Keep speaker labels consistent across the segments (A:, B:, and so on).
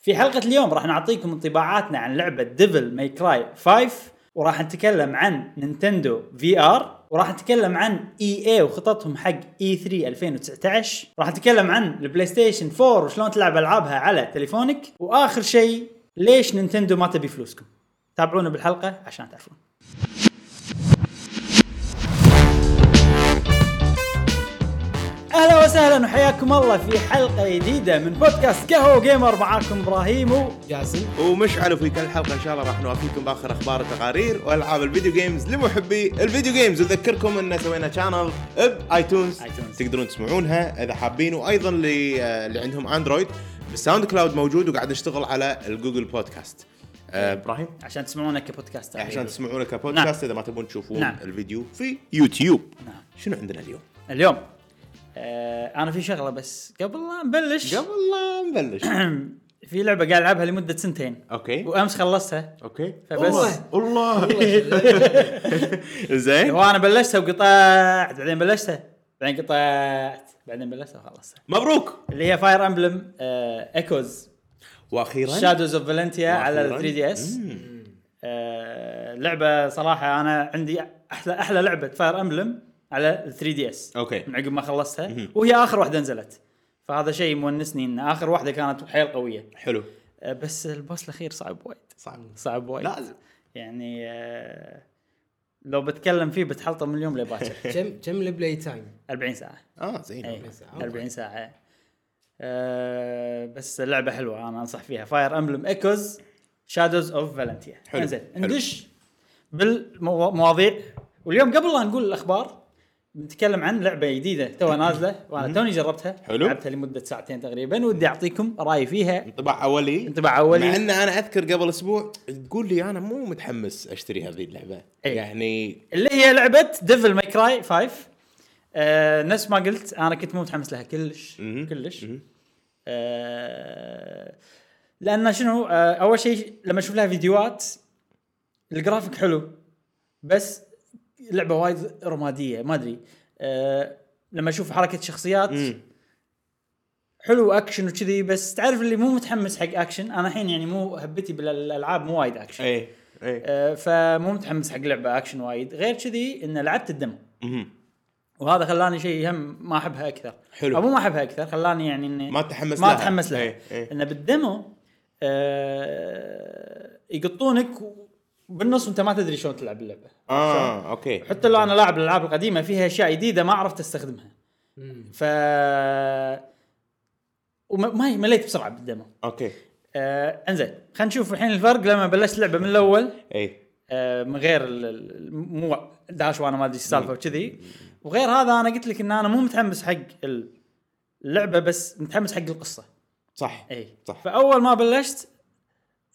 A: في حلقة اليوم راح نعطيكم انطباعاتنا عن لعبة ديفل ماي كراي 5 وراح نتكلم عن نينتندو في ار وراح نتكلم عن اي اي وخططهم حق اي 3 2019 راح نتكلم عن البلاي ستيشن 4 وشلون تلعب العابها على تليفونك واخر شيء ليش نينتندو ما تبي فلوسكم تابعونا بالحلقة عشان تعرفون اهلا وسهلا وحياكم الله في حلقة جديدة من بودكاست قهوة جيمر معاكم ابراهيم و...
B: جاسم
C: ومشعل في كل حلقه ان شاء الله راح نوافيكم باخر اخبار وتقارير والعاب الفيديو جيمز لمحبي الفيديو جيمز واذكركم ان سوينا شانل بايتونز
A: iTunes.
C: تقدرون تسمعونها اذا حابين وايضا اللي آه، اللي عندهم اندرويد بالساوند كلاود موجود وقاعد نشتغل على الجوجل بودكاست آه، ابراهيم
A: عشان تسمعونا كبودكاست
C: عشان تسمعونه كبودكاست اذا ما تبون تشوفون
A: أيوه. نعم.
C: الفيديو في يوتيوب
A: نعم.
C: شنو عندنا اليوم؟
A: اليوم آه انا في شغله بس قبل لا نبلش
C: قبل لا نبلش
A: في لعبه قاعد العبها لمده سنتين
C: اوكي
A: وامس خلصتها
C: اوكي
A: فبس
C: الله زين
A: هو انا أيوة، بلشتها وقطعت بعدين بلشتها بعدين قطعت بعدين بلشتها وخلصتها
C: مبروك
A: اللي هي آه، فاير امبلم ايكوز
C: واخيرا
A: شادوز اوف فالنتيا على
C: وأخيراً-
A: 3 دي اس
C: مم.
A: آه، لعبه صراحه انا عندي احلى احلى لعبه فاير امبلم على 3 دي اس
C: اوكي
A: من عقب ما خلصتها
C: مهم.
A: وهي اخر واحده نزلت فهذا شيء مونسني ان اخر واحده كانت حيل قويه
C: حلو
A: أه، بس البوس الاخير صعب وايد
C: صعب
A: صعب وايد
C: لازم.
A: يعني آه، لو بتكلم فيه بتحلطم من اليوم لباكر إيه،
B: كم كم البلاي تايم
A: 40 ساعه
C: اه زين
A: اي
B: ساعة.
A: 40 ساعه أه بس لعبه حلوه انا انصح فيها فاير امبلم ايكوز شادوز اوف فالنتيا
C: حلو،
A: انزين
C: حلو.
A: ندش بالمواضيع واليوم قبل لا نقول الاخبار بنتكلم عن لعبه جديده تو نازله وانا توني جربتها
C: حلو.
A: لعبتها لمده ساعتين تقريبا ودي اعطيكم رايي فيها
C: انطباع اولي
A: انطباع اولي
C: مع ان انا اذكر قبل اسبوع تقول لي انا مو متحمس اشتري هذه اللعبه
A: إي.
C: يعني
A: اللي هي لعبه ديفل ماي كراي 5 آه نفس ما قلت انا كنت مو متحمس لها كلش
C: مهم.
A: كلش
C: مهم.
A: آه لان شنو آه اول شيء لما اشوف لها فيديوهات الجرافيك حلو بس لعبه وايد رماديه ما ادري آه لما اشوف حركه شخصيات
C: مم.
A: حلو اكشن وكذي بس تعرف اللي مو متحمس حق اكشن انا الحين يعني مو هبتي بالالعاب مو وايد اكشن
C: اي اي
A: آه، فمو متحمس حق لعبه اكشن وايد غير كذي ان لعبت الدم
C: مهم.
A: وهذا خلاني شيء هم ما احبها اكثر
C: حلو.
A: او مو ما احبها اكثر خلاني يعني اني
C: ما تتحمس
A: ما
C: لها.
A: اتحمس لها
C: إيه، إيه.
A: ان بالديمو آه يقطونك و- بالنص وانت ما تدري شلون تلعب اللعبه
C: اه اوكي
A: حتى لو انا لاعب الالعاب القديمه فيها اشياء جديده ما عرفت استخدمها ف وما ما- مليت بسرعه بالديمو
C: اوكي
A: آه انزين خلينا نشوف الحين الفرق لما بلشت لعبه من الاول
C: اي
A: آه، من غير ال- ال- مو داش وانا ما ادري ايش السالفه وكذي وغير هذا انا قلت لك ان انا مو متحمس حق اللعبه بس متحمس حق القصه
C: صح
A: اي
C: صح.
A: فاول ما بلشت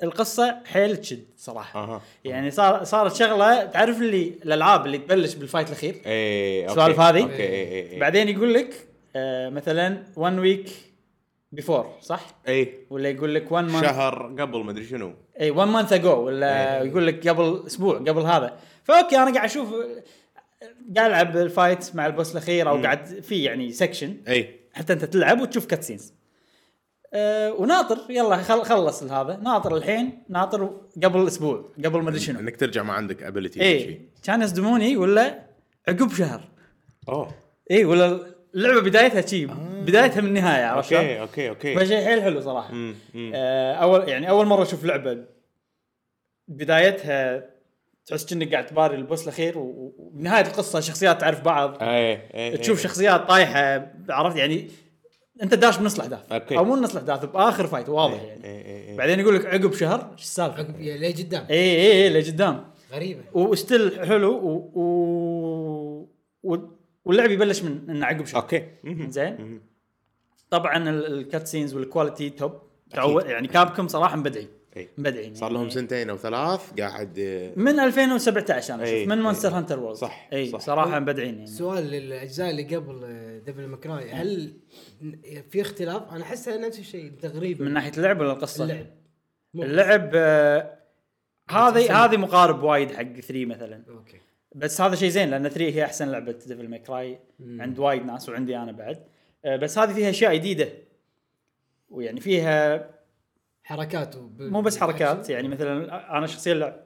A: القصه حيل تشد صراحه
C: اها
A: يعني صار صارت شغله تعرف اللي الالعاب اللي تبلش بالفايت الاخير
C: اي اوكي
A: السوالف هذه؟
C: اوكي اي اي
A: بعدين يقول لك آه مثلا 1 ويك بيفور صح؟
C: اي
A: ولا يقول لك 1 مانث
C: إيه. شهر قبل ما ادري شنو
A: اي 1 مانث اجو ولا
C: إيه.
A: يقول لك قبل اسبوع قبل هذا فاوكي انا قاعد اشوف قاعد العب الفايت مع البوس الاخير او قاعد في يعني سكشن
C: اي
A: حتى انت تلعب وتشوف كاتسينز أه وناطر يلا خل خلص هذا ناطر الحين ناطر قبل اسبوع قبل ما ادري شنو إيه.
C: انك ترجع ما عندك ابيلتي
A: اي كان يصدموني ولا عقب شهر
C: اوه
A: اي ولا اللعبه بدايتها شي بدايتها من النهايه عرفت شلون؟
C: اوكي اوكي اوكي
A: فشيء حيل حلو صراحه
C: آه. مم، مم.
A: آه، اول يعني اول مره اشوف لعبه بدايتها تحس انك قاعد تباري البوس الاخير و- و- وبنهايه القصه شخصيات تعرف بعض
C: اي اي
A: تشوف شخصيات طايحه عرفت يعني انت داش بنص الاحداث
C: أوكي.
A: او مو نص الاحداث باخر فايت واضح يعني
C: يعني
A: بعدين يقول لك عقب شهر إيه، ايش السالفه؟
B: عقب يا ليه قدام
A: اي اي اي لقدام
B: غريبه
A: وستيل حلو و... و... و... واللعب يبلش من انه عقب شهر
C: اوكي مهم.
A: زين
C: مهم.
A: طبعا ال- الكات سينز والكواليتي توب تعود يعني كابكم صراحه مبدعين
C: إي.
A: مبدعين
C: صار
A: يعني.
C: لهم سنتين او ثلاث قاعد آه،
A: من 2017 انا اشوف
C: إي،
A: من
C: إي.
A: مونستر هانتر وورلد
C: صح،
A: اي
C: صح.
A: صراحه مبدعين يعني
B: سؤال للاجزاء اللي قبل آه، دبل مكراي هل ن- في اختلاف؟ انا احسها نفس الشيء تقريبا
A: من ناحيه اللعب ولا القصه؟
B: اللعب مو-
A: اللعب آه، هذه
B: سنة.
A: هذه مقارب وايد حق 3 مثلا
B: اوكي
A: بس هذا شيء زين لان 3 هي احسن لعبه ديفل ماي كراي
B: مم.
A: عند وايد ناس وعندي انا بعد آه، بس هذه فيها اشياء جديده ويعني فيها
B: حركات وب...
A: مو بس حركات يعني مثلا انا شخصيا لعب-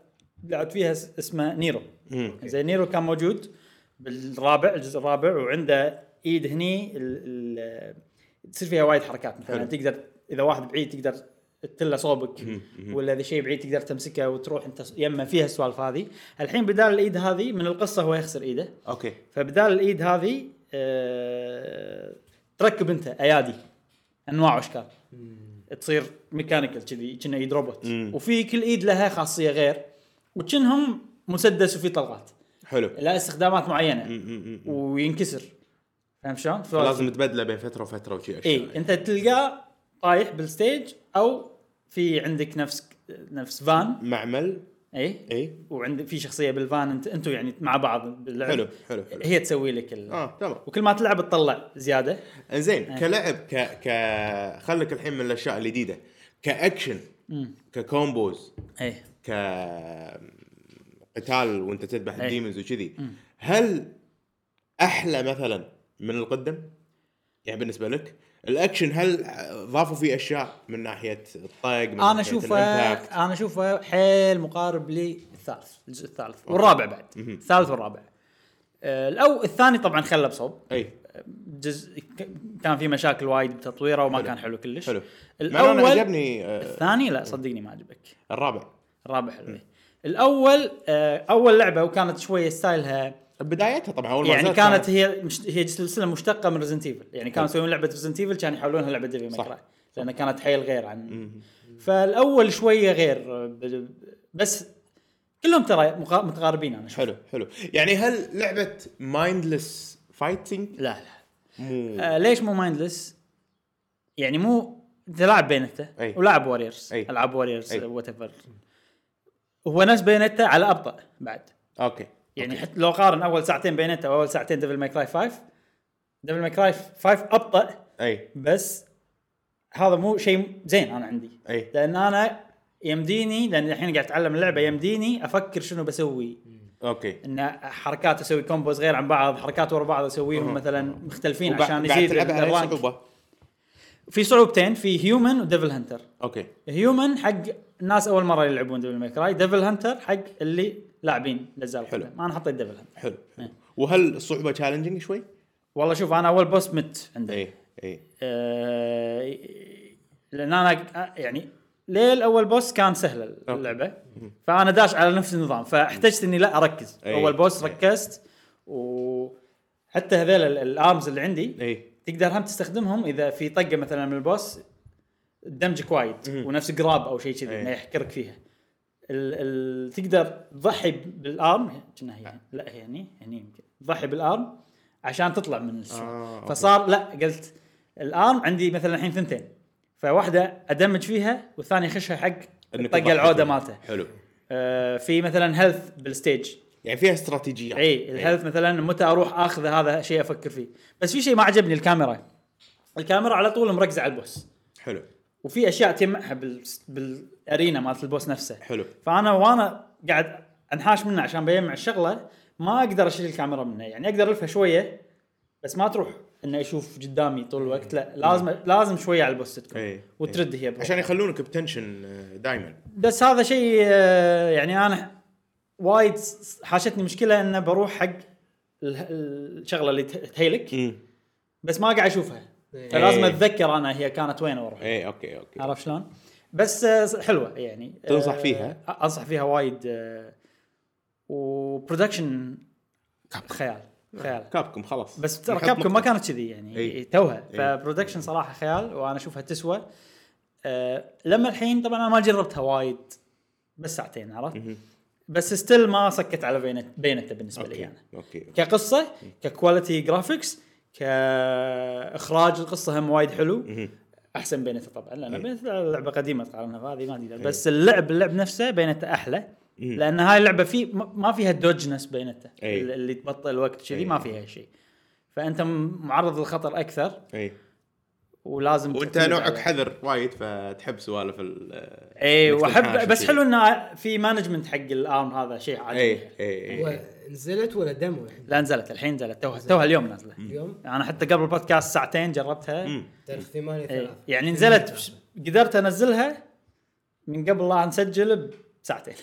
A: لعبت فيها اس- اسمه نيرو
C: مم.
A: زين نيرو كان موجود بالرابع الجزء الرابع وعنده ايد هني ال- ال- تصير فيها وايد حركات مثلا
C: حلو.
A: تقدر اذا واحد بعيد تقدر تله صوبك
C: مم. مم.
A: ولا اذا شيء بعيد تقدر تمسكه وتروح انت يمه فيها السوالف هذه الحين بدال الايد هذه من القصه هو يخسر ايده
C: اوكي
A: فبدال الايد هذه آه، تركب انت ايادي انواع واشكال تصير ميكانيكال كذي كنا ايد روبوت
C: مم.
A: وفي كل ايد لها خاصيه غير وكنهم مسدس وفي طلقات
C: حلو
A: لها استخدامات معينه
C: مم. مم. مم.
A: وينكسر فاهم شلون؟
C: فلازم تبدله بين فتره وفتره وشي اشياء
A: اي انت تلقاه طايح بالستيج او في عندك نفس نفس فان
C: معمل إيه.
A: اي
C: اي
A: وعند في شخصيه بالفان انت انتم يعني مع بعض باللعب
C: حلو حلو حلو
A: هي تسوي لك ال...
C: اه تمام
A: وكل ما تلعب تطلع زياده
C: انزين كلعب ك ك خليك الحين من الاشياء الجديده كاكشن ككومبوز
A: ايه
C: ك قتال وانت تذبح
A: إيه.
C: الديمونز وكذي هل احلى مثلا من القدم؟ يعني بالنسبه لك الاكشن هل ضافوا فيه اشياء من ناحيه الطق من
A: انا
C: ناحية
A: اشوفه
C: الإمباكت؟
A: انا اشوفه حيل مقارب للثالث الجزء الثالث والرابع بعد الثالث والرابع آه، الاول الثاني طبعا خله بصوب
C: اي
A: جزء ك- كان في مشاكل وايد بتطويره وما
C: حلو.
A: كان حلو كلش
C: حلو الاول انا
A: الاول
C: عجبني آه،
A: الثاني لا صدقني ما عجبك
C: الرابع
A: الرابع حلو الاول آه، اول لعبه وكانت شويه ستايلها
C: بدايتها طبعا اول ما
A: يعني
C: نزلت طيب.
A: كانت هي مش هي سلسله مشتقه من ريزنت ايفل يعني كانوا يسوون لعبه ريزنت ايفل كانوا يحولونها لعبه ديفل
C: صح.
A: ماكراي لان كانت حيل غير عن
C: مم.
A: فالاول شويه غير ب- بس كلهم ترى مقا- متقاربين انا شوي
C: حلو حلو يعني هل لعبه مايندلس فايتنج
A: لا لا
C: مو
A: آه ليش مو مايندلس؟ يعني مو انت لاعب بينته
C: أي.
A: ولاعب واريرز
C: أي.
A: العاب واريرز
C: أي.
A: وات ايفر هو نفس بينته على ابطا بعد
C: اوكي
A: يعني حتى لو قارن اول ساعتين بينته واول ساعتين ديفل ماكراي 5 ديفل ماكراي 5 ابطا
C: اي
A: بس هذا مو شيء زين انا عندي
C: أي.
A: لان انا يمديني لان الحين قاعد اتعلم اللعبه يمديني افكر شنو بسوي
C: اوكي
A: ان حركات اسوي كومبوز غير عن بعض حركات ورا بعض اسويهم مثلا مختلفين
C: وبع-
A: عشان
C: بعد
A: يزيد
C: تلعبها على أي
A: الرانك.
C: صعوبه
A: في صعوبتين في هيومن وديفل هانتر
C: اوكي
A: هيومن حق الناس اول مره يلعبون ديفل ماكراي ديفل هانتر حق اللي لاعبين لزال
C: حلو.
A: انا حطيت ديفل هانتر
C: حلو
A: إيه.
C: وهل الصعوبه تشالنجنج شوي؟ إيه،
A: والله شوف انا اول بوس مت عندي
C: اي اي
A: آه، لان انا يعني ليل اول بوس كان سهل اللعبه فانا داش على نفس النظام فاحتجت اني لا اركز
C: أي.
A: اول بوس
C: أي.
A: ركزت وحتى هذول ال- الارمز اللي عندي
C: اي
A: تقدر هم تستخدمهم اذا في طقه مثلا من البوس دمجك وايد ونفس جراب او شيء كذي
C: أي.
A: انه يحكرك فيها ال ال تقدر تضحي بالارم كنا
C: آه.
A: هي لا هي هني هني يمكن تضحي بالارم عشان تطلع من السوق
C: آه، أوكي.
A: فصار لا قلت الارم عندي مثلا الحين ثنتين فواحده ادمج فيها والثانيه اخشها حق
C: إنك
A: طق
C: تضحي
A: العوده
C: فيها.
A: مالته
C: حلو
A: آه في مثلا هيلث بالستيج
C: يعني فيها استراتيجيه
A: اي إيه، الهيلث مثلا متى اروح اخذ هذا شيء افكر فيه بس في شيء ما عجبني الكاميرا الكاميرا على طول مركزه على البوس
C: حلو
A: وفي اشياء تجمعها بال... بالارينا مالت البوس نفسه
C: حلو
A: فانا وانا قاعد انحاش منه عشان بجمع الشغله ما اقدر اشيل الكاميرا منه يعني اقدر الفها شويه بس ما تروح انه اشوف قدامي طول الوقت لا لازم لازم شويه على البوس تكون
C: إي.
A: وترد هي بروحها.
C: عشان يخلونك بتنشن آه، دايما
A: بس هذا شيء آه، يعني انا وايد حاشتني مشكله انه بروح حق اله- الشغله اللي ته- تهيلك بس ما قاعد اشوفها
B: إيه.
A: فلازم
C: إيه.
A: اتذكر انا هي كانت وين واروح
C: اي اوكي اوكي
A: عرفت شلون؟ بس آه، حلوه يعني آه،
C: تنصح فيها؟
A: آه، انصح فيها وايد آه، وبرودكشن خيال خيال
C: كابكم خلاص
A: آه. بس ترى
C: نحط
A: كابكم ما
C: نقطة.
A: كانت كذي يعني
C: إي.
A: توها
C: إي.
A: فبرودكشن صراحه خيال وانا اشوفها تسوى أه لما الحين طبعا انا ما جربتها وايد بس ساعتين عرفت
C: مهم.
A: بس ستيل ما سكت على بينت بينته بالنسبه لي
C: اوكي
A: انا
C: اوكي
A: كقصه ككواليتي جرافيكس كاخراج القصه هم وايد حلو
C: مهم. إيه.
A: احسن بينته طبعا
C: إي.
A: لان بينته لعبه قديمه تقارنها بهذه ما
C: إيه.
A: ادري بس اللعب اللعب نفسه بينته احلى
C: مم.
A: لان هاي اللعبه في ما- ما فيها دوجنس بينته
C: أي.
A: اللي اللي تبطئ الوقت
C: أي.
A: كذي ما فيها شيء فانت م- معرض للخطر اكثر
C: اي
A: ولازم
C: وانت
A: تعتمد
C: نوعك
A: على-
C: حذر وايد فتحب سوالف ال
A: اي
C: إنك
A: واحب
C: تنحاش
A: إيه، بس
C: وكذي.
A: حلو انه في مانجمنت حق الارم هذا شيء عادي
C: اي اي اي
A: إيه.
B: نزلت ولا دمو الحين
A: لا نزلت الحين نزلت توها توها اليوم نازله
B: اليوم
A: انا حتى قبل البودكاست ساعتين جربتها
C: مم.
A: إيه.
B: تاريخ 8
A: إي.
B: 3
A: يعني نزلت بش- قدرت انزلها من قبل لا نسجل بساعتين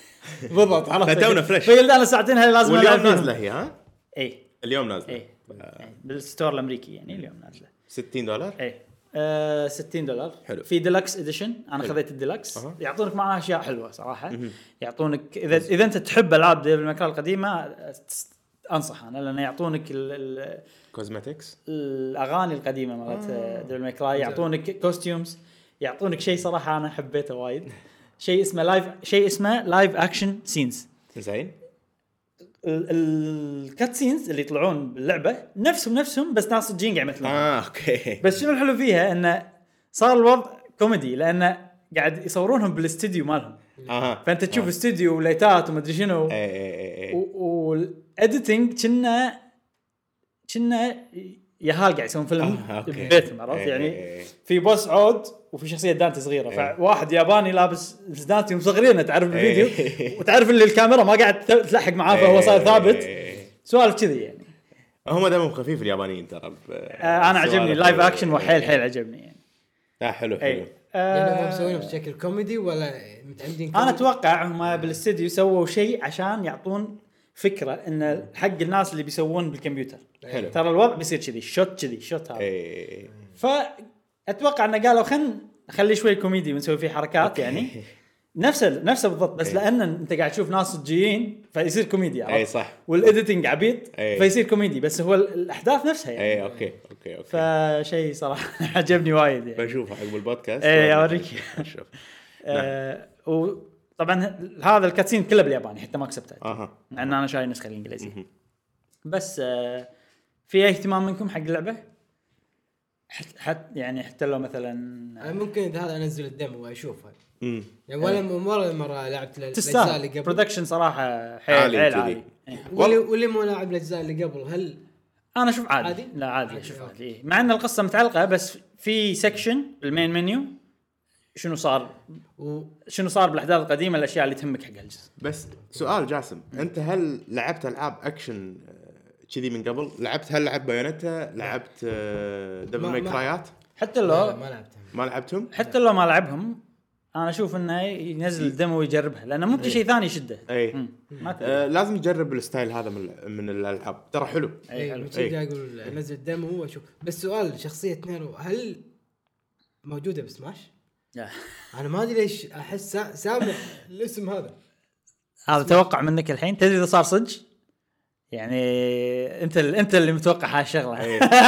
B: بالضبط عرفت
C: فتونا فريش
A: فقلت انا ساعتين هاي لازم
C: واليوم
A: العب فيهم. إيه.
C: نازله هي ها
A: اي
C: اليوم
A: اي
C: نازله
A: إي. بالستور الامريكي يعني اليوم نازله
C: 60 دولار
A: اي آه 60 دولار
C: حلو.
A: في ديلكس اديشن انا
C: حلو.
A: خذيت الديلكس
C: أها.
A: يعطونك معاه اشياء حلوه صراحه يعطونك اذا اذا انت تحب العاب ديفل ماكراي القديمه آه، تس- انصح انا لان يعطونك ال- ال-
C: كوزمتكس
A: الاغاني القديمه مالت ديفل ماكراي يعطونك كوستيومز يعطونك شيء صراحه انا حبيته وايد شيء اسمه لايف شيء اسمه لايف اكشن سينز
C: زين
A: الكات سينز اللي يطلعون باللعبه نفسهم نفسهم بس ناس صجين قاعد يمثلون
C: اه اوكي
A: بس شنو الحلو فيها انه صار الوضع كوميدي لانه قاعد يصورونهم بالاستديو مالهم
C: اها
A: فانت تشوف استوديو وليتات ومدري شنو
C: اي اي اي اي
A: والاديتنج كنا كنا يهال قاعد يسوون فيلم
C: آه، أوكي.
A: ببيتهم عرفت
C: إيه،
A: يعني
C: إيه، إيه.
A: في بوس عود وفي شخصيه دانتي صغيره
C: إيه.
A: فواحد ياباني لابس دانتي مصغرينه تعرف
C: إيه.
A: بالفيديو وتعرف اللي الكاميرا ما قاعد تلحق معاه فهو صار
C: إيه.
A: ثابت سوالف كذي يعني
C: هم دمهم خفيف اليابانيين ترى ب-
A: آه، انا عجبني
C: سوالف-
A: لايف اكشن وحيل إيه.
C: إيه.
A: حيل عجبني يعني
C: لا حلو حلو
A: اي
B: لانهم
A: آه،
B: مسوينه يعني بشكل كوميدي ولا متعمدين
A: انا
B: كوميدي؟
A: اتوقع هم بالاستديو سووا شيء عشان يعطون فكره ان حق الناس اللي بيسوون بالكمبيوتر
C: حلو
A: ترى الوضع بيصير كذي شوت كذي شوت هذا
C: إيه، اي
A: فاتوقع انه قالوا خلينا نخلي شوي كوميدي ونسوي فيه حركات يعني نفسه نفسه بالضبط بس
C: إيه.
A: لان انت قاعد تشوف ناس صجيين فيصير كوميدي
C: اي
A: عرفت؟
C: صح
A: والاديتنج عبيط
C: إيه.
A: فيصير كوميدي بس هو ال- الاحداث نفسها يعني
C: اي اوكي اوكي اوكي
A: فشيء صراحه عجبني وايد يعني
C: بشوفه عقب البودكاست
A: إيه، أوريك.
C: بشوف
A: آه، وطبعا هذا الكاتسين كله بالياباني حتى ما كسبته
C: اها
A: مع ان انا شاري النسخه الانجليزيه بس آه، في أي اهتمام منكم حق اللعبه؟ حت حت يعني حتى لو مثلا
B: أنا ممكن إذا هذا انزل الدم واشوفها
C: أمم.
B: يعني ولا ولا مره لعبت ال- الاجزاء اللي
A: إيه. تستاهل
B: قبل
A: برودكشن صراحه حيل
C: عالي
A: حيل
C: كذي.
A: عالي إيه.
B: واللي واللي مو لاعب الاجزاء اللي قبل هل
A: انا اشوف عادي.
B: عادي؟
A: لا عادي
B: عادي،
A: اشوف
B: أوكي.
A: عادي إيه. مع ان القصه متعلقه بس في سكشن بالمين منيو شنو صار
B: و...
A: شنو صار بالاحداث القديمه الاشياء اللي تهمك حق الجزء
C: بس سؤال جاسم انت هل لعبت العاب اكشن آه، كذي من قبل؟ لعبت هل لعبت بايونيتا؟ لعبت آه، دبل
B: ما-
C: ماي
B: ما-
C: كرايات؟
A: حتى
B: لا
A: لو
B: ما لعبتها
C: ما لعبتهم؟
A: إيه. حتى لو ما لعبهم انا اشوف انه ينزل الدمو ويجربها لانه ممكن شيء ثاني يشده
C: إيه.
A: مم. ما تدري
C: آه، لازم تجرب الستايل هذا من من الالعاب ترى حلو
A: إيه، حلو.
B: اي
C: إيه.
B: شي قاعد اقول انزل الدم واشوف بس سؤال شخصيه نيرو هل موجوده بسماش؟
A: لا.
B: انا ما ادري ليش احس سا- سامع الاسم هذا
A: هذا توقع منك الحين تدري اذا صار صدق يعني انت ال- انت اللي متوقع هالشغله
C: إيه. ترى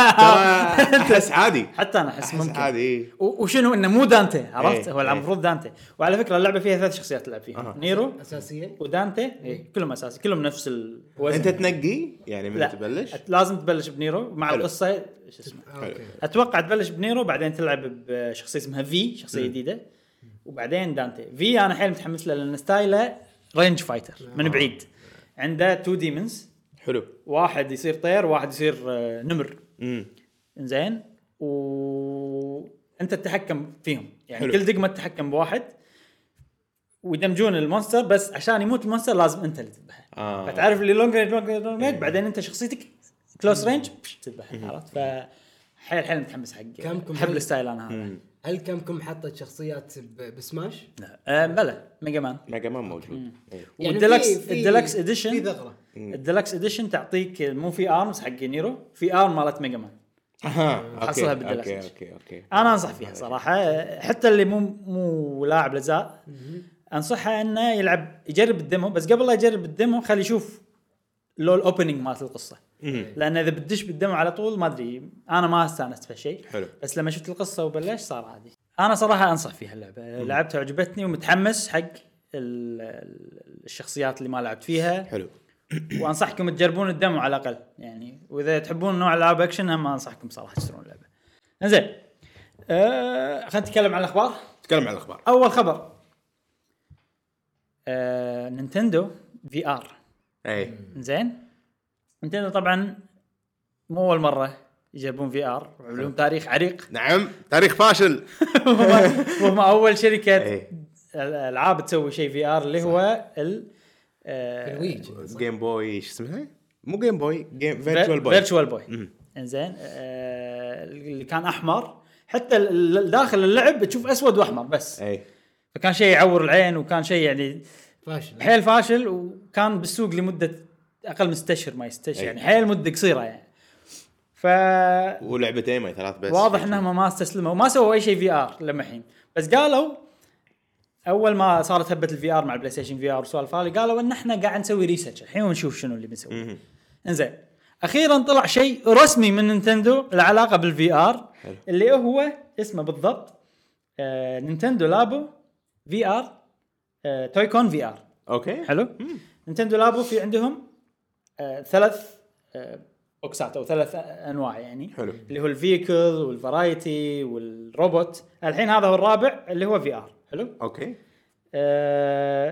C: احس عادي
A: حتى انا احس
C: احس
A: ممكن
C: عادي إيه.
A: و- وشنو انه مو دانتي عرفت
C: إيه،
A: هو
C: إيه.
A: المفروض دانتي وعلى فكره اللعبه فيها ثلاث شخصيات تلعب فيها
C: أها.
A: نيرو
B: اساسيه
A: ودانتي إيه. كلهم اساسي كلهم نفس الوزن
C: انت تنقي يعني من
A: لا
C: تبلش؟
A: أت- لازم تبلش بنيرو مع
C: حلو.
A: القصه شو اسمه
B: آه، اوكي
A: اتوقع تبلش بنيرو بعدين تلعب بشخصيه اسمها في شخصيه جديده وبعدين دانتي في انا حيل متحمس له لان ستايله رينج فايتر من بعيد عنده تو ديمونز
C: حلو
A: واحد يصير طير واحد يصير آه، نمر
C: امم
A: زين و انت تتحكم فيهم يعني
C: حلو.
A: حلو. كل دقمه تتحكم بواحد ويدمجون المونستر بس عشان يموت المونستر لازم انت اللي تذبحه
C: آه. إيه.
A: فتعرف اللي لونج رينج لونج رينج لونج رينج بعدين انت شخصيتك كلوز رينج بش، تذبحه عرفت ف حيل حيل متحمس حق
B: كم كم
A: احب
B: هل-
A: الستايل انا هذا
C: أمم.
B: هل كمكم حطت شخصيات ب- بسماش؟
A: لا. آه بلا ميجا مان
C: ميجا مان موجود إيه.
B: يعني
A: والديلكس-
B: في- في-
A: الديلكس إديشن.
B: في ثغره
A: الديلكس اديشن تعطيك مو في ارمز حق نيرو في ارم مالت ميجا مان
C: اها اوكي
A: حصلها بالدلع
C: اوكي
A: صدق.
C: اوكي اوكي
A: انا انصح فيها صراحه حتى اللي مو مو لاعب الاجزاء انصحه انه يلعب يجرب الديمو بس قبل لا يجرب الديمو خلي يشوف لو الاوبننج مالت القصه
C: أمم.
A: لان اذا بتدش بالديمو على طول ما ادري انا ما استانست في هالشيء
C: حلو.
A: بس لما شفت القصه وبلشت صار عادي انا صراحه انصح فيها اللعبه لعبتها عجبتني ومتحمس حق ال- ال- الشخصيات اللي ما لعبت فيها
C: حلو
A: وانصحكم تجربون الدمو على الاقل يعني واذا تحبون نوع العاب اكشن هم انصحكم صراحه تشترون اللعبه. زين آه خلينا نتكلم عن الاخبار.
C: تكلم عن الاخبار
A: اول خبر آه نينتندو في ار
C: اي
A: زين نينتندو طبعا مو اول مره يجربون في ار ولهم تاريخ عريق
C: نعم تاريخ فاشل
A: وهم- وهم اول شركه
C: إيه.
A: الالعاب تسوي شيء في ار اللي هو ال آه،
B: الويجي
C: جيم بوي شو اسمها؟ مو جيم بوي جيم فيرتشوال بوي
A: فيرتشوال بوي انزين آه اللي كان احمر حتى ال- ال- داخل اللعب تشوف اسود واحمر بس
C: اي
A: فكان شيء يعور العين وكان شيء يعني
B: فاشل
A: حيل فاشل وكان بالسوق لمده اقل من ست اشهر ما يستشهر
C: أي.
A: يعني حيل مده قصيره يعني ف
C: ولعبتين ما ثلاث بس
A: واضح انهم ما استسلموا وما سووا اي شيء في ار لما الحين بس قالوا اول ما صارت هبه الفي ار مع البلاي ستيشن في ار والسوالف هذه قالوا ان احنا قاعد نسوي ريسيرش الحين ونشوف شنو اللي بنسوي
C: مهم.
A: انزين اخيرا طلع شيء رسمي من نينتندو العلاقه بالفي ار
C: حلو.
A: اللي هو اسمه بالضبط آه نينتندو لابو في ار آه تويكون في ار
C: اوكي
A: حلو نينتندو لابو في عندهم آه ثلاث آه بوكسات او ثلاث انواع يعني
C: حلو.
A: اللي هو الفيكل والفرايتي والروبوت الحين هذا هو الرابع اللي هو في ار حلو
C: اوكي
A: آه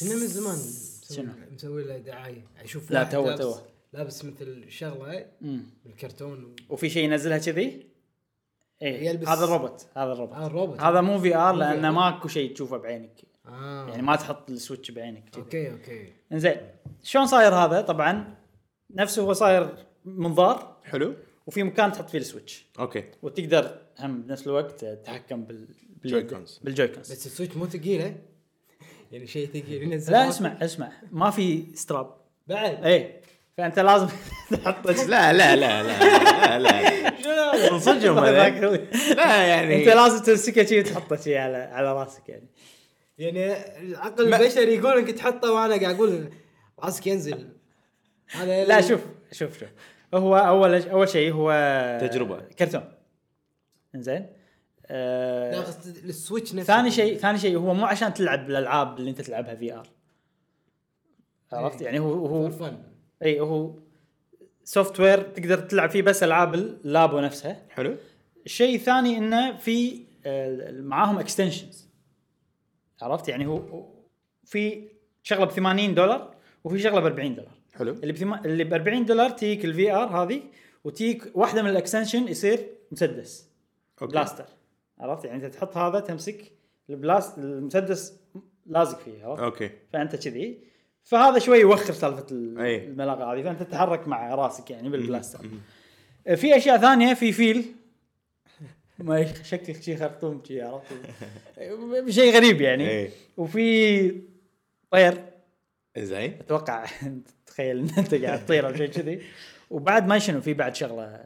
B: كنا من زمان مسوي-
A: شنو؟
B: مسوي له دعايه اشوف
A: لا،
B: واحد
A: توه-
B: لابس-
A: توه.
B: لابس مثل شغله
A: مم.
B: بالكرتون
A: وفي شيء ينزلها كذي ايه
B: يلبس-
A: هذا الروبوت هذا الروبوت
B: هذا الروبوت
A: هذا مو في ار لانه
B: VR.
A: ماكو شيء تشوفه بعينك
B: آه.
A: يعني ما تحط السويتش بعينك كذا.
B: اوكي اوكي
A: انزين شلون صاير هذا طبعا نفسه هو صاير منظار
C: حلو
A: وفي مكان تحط فيه السويتش
C: اوكي
A: وتقدر هم بنفس الوقت تتحكم بال
C: Joy-Cons.
A: بالجويكونز
B: بس السويتش مو ثقيله يعني شيء ثقيل ينزل
A: لا اسمع اسمع ما في ستراب
B: بعد
A: ايه فانت لازم تحط
C: لا لا لا لا لا لا
A: شنو
C: منصدم هذا. لا
B: إيه.
C: يعني
A: انت لازم تمسكه شي وتحطه شي على على راسك يعني
B: يعني العقل البشري يقول انك تحطه وانا قاعد اقول راسك ينزل هذا يعني
A: لا شوف شوف شوف هو اول اول شيء هو
C: تجربة.
A: كرتون زين
B: لا،
A: آه
B: قصد السويتش نفسه
A: ثاني شيء ثاني شيء هو مو عشان تلعب الالعاب اللي انت تلعبها في ار عرفت
B: إيه.
A: يعني هو هو
B: فن
A: اي هو سوفت وير تقدر تلعب فيه بس العاب اللابو نفسها
C: حلو
A: الشيء الثاني انه في آه، معاهم اكستنشنز عرفت يعني هو هو- في شغله ب 80 دولار وفي شغله ب 40 دولار
C: حلو
A: اللي بثم... اللي ب 40 دولار تجيك الفي ار هذه وتجيك واحده من الاكستنشن يصير مسدس
C: أوكي.
A: بلاستر عرفت يعني انت تحط هذا تمسك البلاست المسدس لازق فيه عرفت
C: اوكي
A: فانت كذي فهذا شوي يوخر سالفه ال-
C: أي.
A: الملاقه هذه فانت تتحرك مع راسك يعني بالبلاستر أه، في اشياء ثانيه في فيل ما يخ- شكلك شي خرطوم شي عرفت شيء غريب يعني
C: ايه
A: وفي طير
C: زين
A: اتوقع تخيل ان انت قاعد تطير او شيء كذي وبعد ما شنو في بعد شغله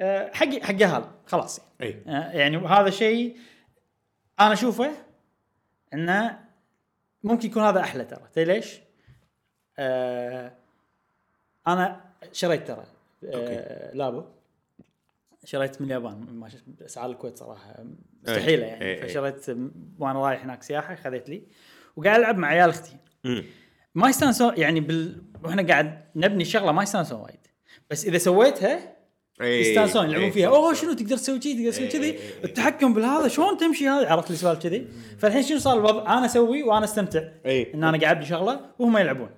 A: أه، حق حق اهال خلاص يعني.
C: اي
A: أه، يعني هذا شيء انا اشوفه انه ممكن يكون هذا احلى ترى تدري ليش؟ أه، انا شريت ترى أه،
C: أوكي.
A: لابو شريت من اليابان ما ش- اسعار الكويت صراحه مستحيله
C: أي،
A: يعني
C: أي.
A: فشريت وانا رايح هناك سياحه خذيت لي وقاعد العب مع عيال اختي ما يستانسون يعني بال... واحنا قاعد نبني شغله ما يستانسون وايد بس اذا سويتها
C: اي
A: يستانسون
C: إي،
A: يلعبون فيها
C: صح،
A: اوه
C: إيه، صح. إيه،
A: شنو تقدر تسوي كذي تقدر تسوي
C: إي، إي،
A: كذي
C: إي، إي.
A: التحكم بالهذا شلون تمشي هذا عرفت لي سوالف كذي فالحين شنو صار الوضع انا اسوي وانا استمتع
C: إي.
A: ان انا قاعد ابني شغله وهم يلعبون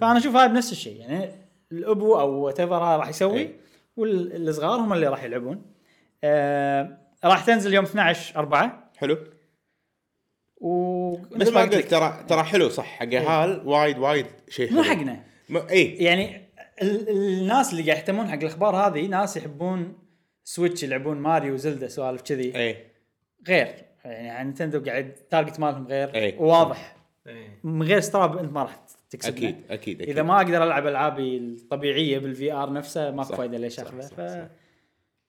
A: فانا اشوف هذا بنفس الشيء يعني الابو او وات هذا راح يسوي
C: إي.
A: والصغار هم اللي راح يلعبون آه راح تنزل يوم 12 4
C: حلو
A: و
C: مثل ما قلت ترى ترى حلو صح حق اهال وايد وايد شيء حلو
A: مو حقنا
C: م- اي
A: يعني ال- الناس اللي قاعد يهتمون حق الاخبار هذه ناس يحبون سويتش يلعبون ماريو وزلدا سوالف كذي
C: اي
A: غير يعني نتندو قاعد تارجت مالهم
C: إي.
A: غير وواضح
B: إيه.
A: من غير ستراب انت ما راح تكسب
C: اكيد اكيد
A: اذا
C: اكيد
A: ما اقدر العب العابي الطبيعيه بالفي ار نفسه ماكو
C: صح.
A: فايده ليش
C: صح،
A: اخذه
C: صح،
A: ف
C: صح.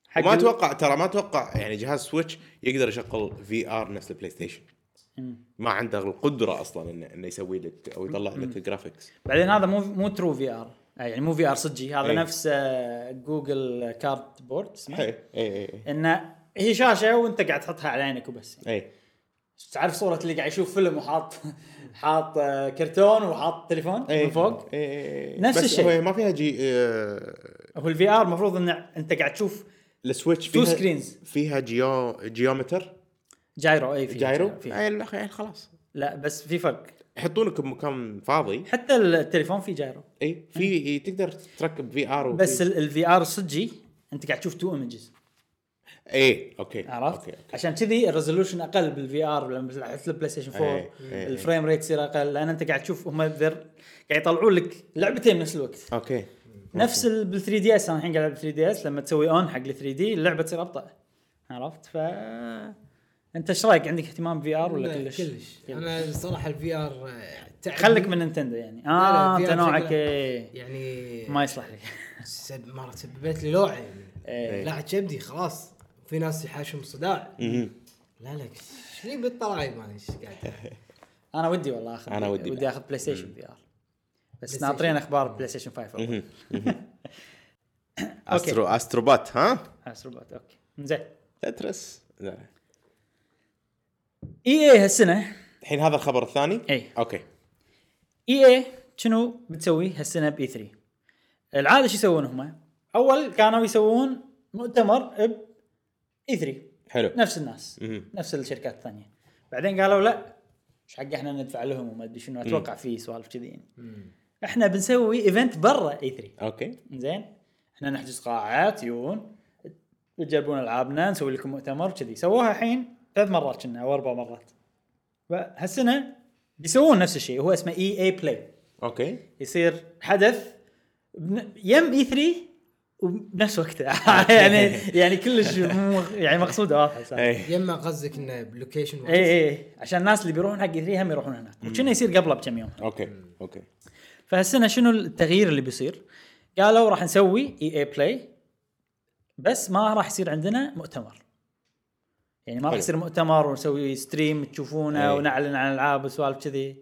A: حق
C: ما
A: ال-
C: اتوقع ترى ما اتوقع يعني جهاز سويتش يقدر يشغل في ار نفس البلاي ستيشن
A: مم.
C: ما عنده القدره اصلا انه انه يسوي لك او يطلع لك جرافيكس
A: بعدين هذا مو مو ترو في ار يعني مو في ار صجي هذا
C: إي.
A: نفس آه، جوجل كارد بورد اسمه
C: اي اي اي
A: انه هي شاشه وانت قاعد تحطها على عينك وبس
C: اي
A: تعرف صورة اللي قاعد يشوف فيلم وحاط حاط آه، كرتون وحاط تليفون
C: اي
A: من فوق
C: إي، إي، إي.
A: نفس
C: إيه، بس
A: الشيء.
C: هو ما فيها جي آه،
A: هو الفي ار المفروض ان انت قاعد تشوف
C: السويتش
A: تو
C: فيها
A: سكرينز
C: فيها جيو جيومتر
A: جايرو اي في
C: جايرو
A: في.
C: اي لا، أخي، إيه، خلاص
A: لا بس في فرق
C: يحطونك بمكان فاضي
A: حتى التليفون في جايرو
C: اي في تقدر تركب في ار
A: بس الفي ار الصجي انت قاعد تشوف تو ايمجز
C: اي اوكي
A: عرفت؟
C: اوكي اوكي
A: عشان كذي الريزولوشن اقل بالفي ار لما تلعب البلاي ستيشن 4
C: إي، إي، إي.
A: الفريم ريت يصير اقل لان انت قاعد تشوف هم ذر- قاعد يطلعون لك لعبتين بنفس الوقت
C: اوكي
A: نفس بال 3 دي اس انا الحين قاعد العب 3 دي اس لما تسوي اون حق ال 3 دي اللعبه تصير ابطا عرفت ف انت ايش رايك عندك اهتمام في ار ولا
B: لا،
A: كلش؟
B: كلش انا الصراحه الفي ار
A: خليك من نينتندو يعني
B: لا،
A: اه
B: في
A: انت
B: آر
A: نوعك
B: شكله-
A: ايه
B: يعني
A: ما يصلح لك
B: سب... مرة سببت لي لوعه يعني
A: إيه.
B: لعب كبدي خلاص في ناس يحاشهم صداع
C: مهم.
B: لا لا ايش لي بالطرايب انا ايش قاعد
A: انا ودي والله اخذ
C: أنا ودي
A: ودي
C: بعد.
A: اخذ بلاي ستيشن في ار بس
B: ستيشن.
A: ناطرين اخبار بلاي ستيشن 5 أول.
C: مهم. مهم. استرو استروبات ها
A: حاس روبوت اوكي زين
C: تترس لا.
A: اي اي هالسنه
C: الحين هذا الخبر الثاني
A: إي.
C: اوكي
A: اي اي شنو بتسوي هالسنه باي 3 العاده شو يسوون هم؟ اول كانوا يسوون مؤتمر ب اي 3
C: حلو
A: نفس الناس
C: مهم.
A: نفس الشركات الثانيه بعدين قالوا لا ايش حق احنا ندفع لهم وما ادري شنو اتوقع في سوالف كذي يعني احنا بنسوي ايفنت برا اي 3
C: اوكي
A: زين احنا نحجز قاعات يون تجربون العابنا نسوي لكم مؤتمر كذي سووها الحين ثلاث مرات كنا او اربع مرات فهالسنه بيسوون نفس الشيء هو اسمه اي اي بلاي
C: اوكي
A: يصير حدث بن- يم اي 3 وبنفس وقته يعني يعني كلش مو- يعني مقصوده واضحه صار.
C: اي
B: يما قصدك انه بلوكيشن
A: اي اي إيه. عشان الناس اللي بيروحون حق 3 هم يروحون هناك وكنا يصير قبله بكم يوم
C: اوكي اوكي
A: فهالسنه شنو التغيير اللي بيصير؟ قالوا راح نسوي اي اي بلاي بس ما راح يصير عندنا مؤتمر يعني ما راح
C: حلو. إيه.
A: يصير مؤتمر ونسوي ستريم تشوفونه
C: أي.
A: ونعلن عن العاب وسوالف كذي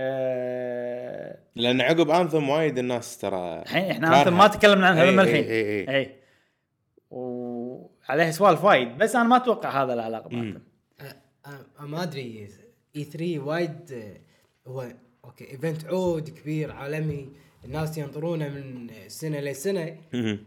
A: آه،
C: لان عقب انثم وايد الناس ترى
A: الحين احنا
C: كارهة. إيه،
A: انثم ما تكلمنا عنها
C: إي
A: لما
C: إي
A: الحين
C: إي إي.
A: اي وعليها سوالف وايد بس انا ما اتوقع هذا له علاقه
C: مم.
A: بأنثم.
B: أ- أ- ما ادري اي 3 وايد آه، هو اوكي ايفنت عود كبير عالمي الناس ينطرونه من سنه لسنه
C: مهم.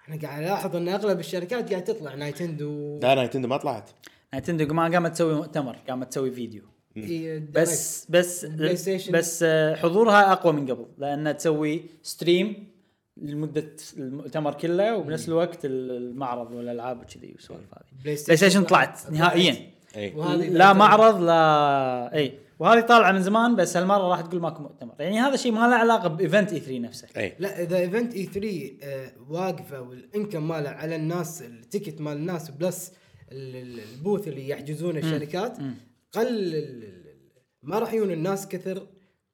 B: احنا قاعد الاحظ ان اغلب الشركات قاعد تطلع نايتندو
C: لا نايتندو ما طلعت
A: نتندو ما قامت تسوي مؤتمر قامت تسوي فيديو
B: إي، دايركت.
A: بس بس
B: بلاي ستيشن.
A: بس آه، حضورها اقوى من قبل لانها تسوي ستريم لمده المؤتمر كله وبنفس الوقت ال- المعرض والالعاب وكذي والسوالف هذه
B: بلاي
A: بلاي ستيشن طلعت نهائيا
C: اي
B: وهذه
A: لا
B: نايتندو.
A: معرض لا اي وهذه طالعه من زمان بس هالمره راح تقول ماكو مؤتمر يعني هذا شيء ما له علاقه بايفنت اي 3 نفسه
C: اي
B: لا اذا ايفنت اي 3 آه، واقفه والانكم ماله على الناس التيكت مال الناس بلس ال- ال- البوث اللي يحجزونه الشركات قل ال- ال- ال- ما راح يجون الناس كثر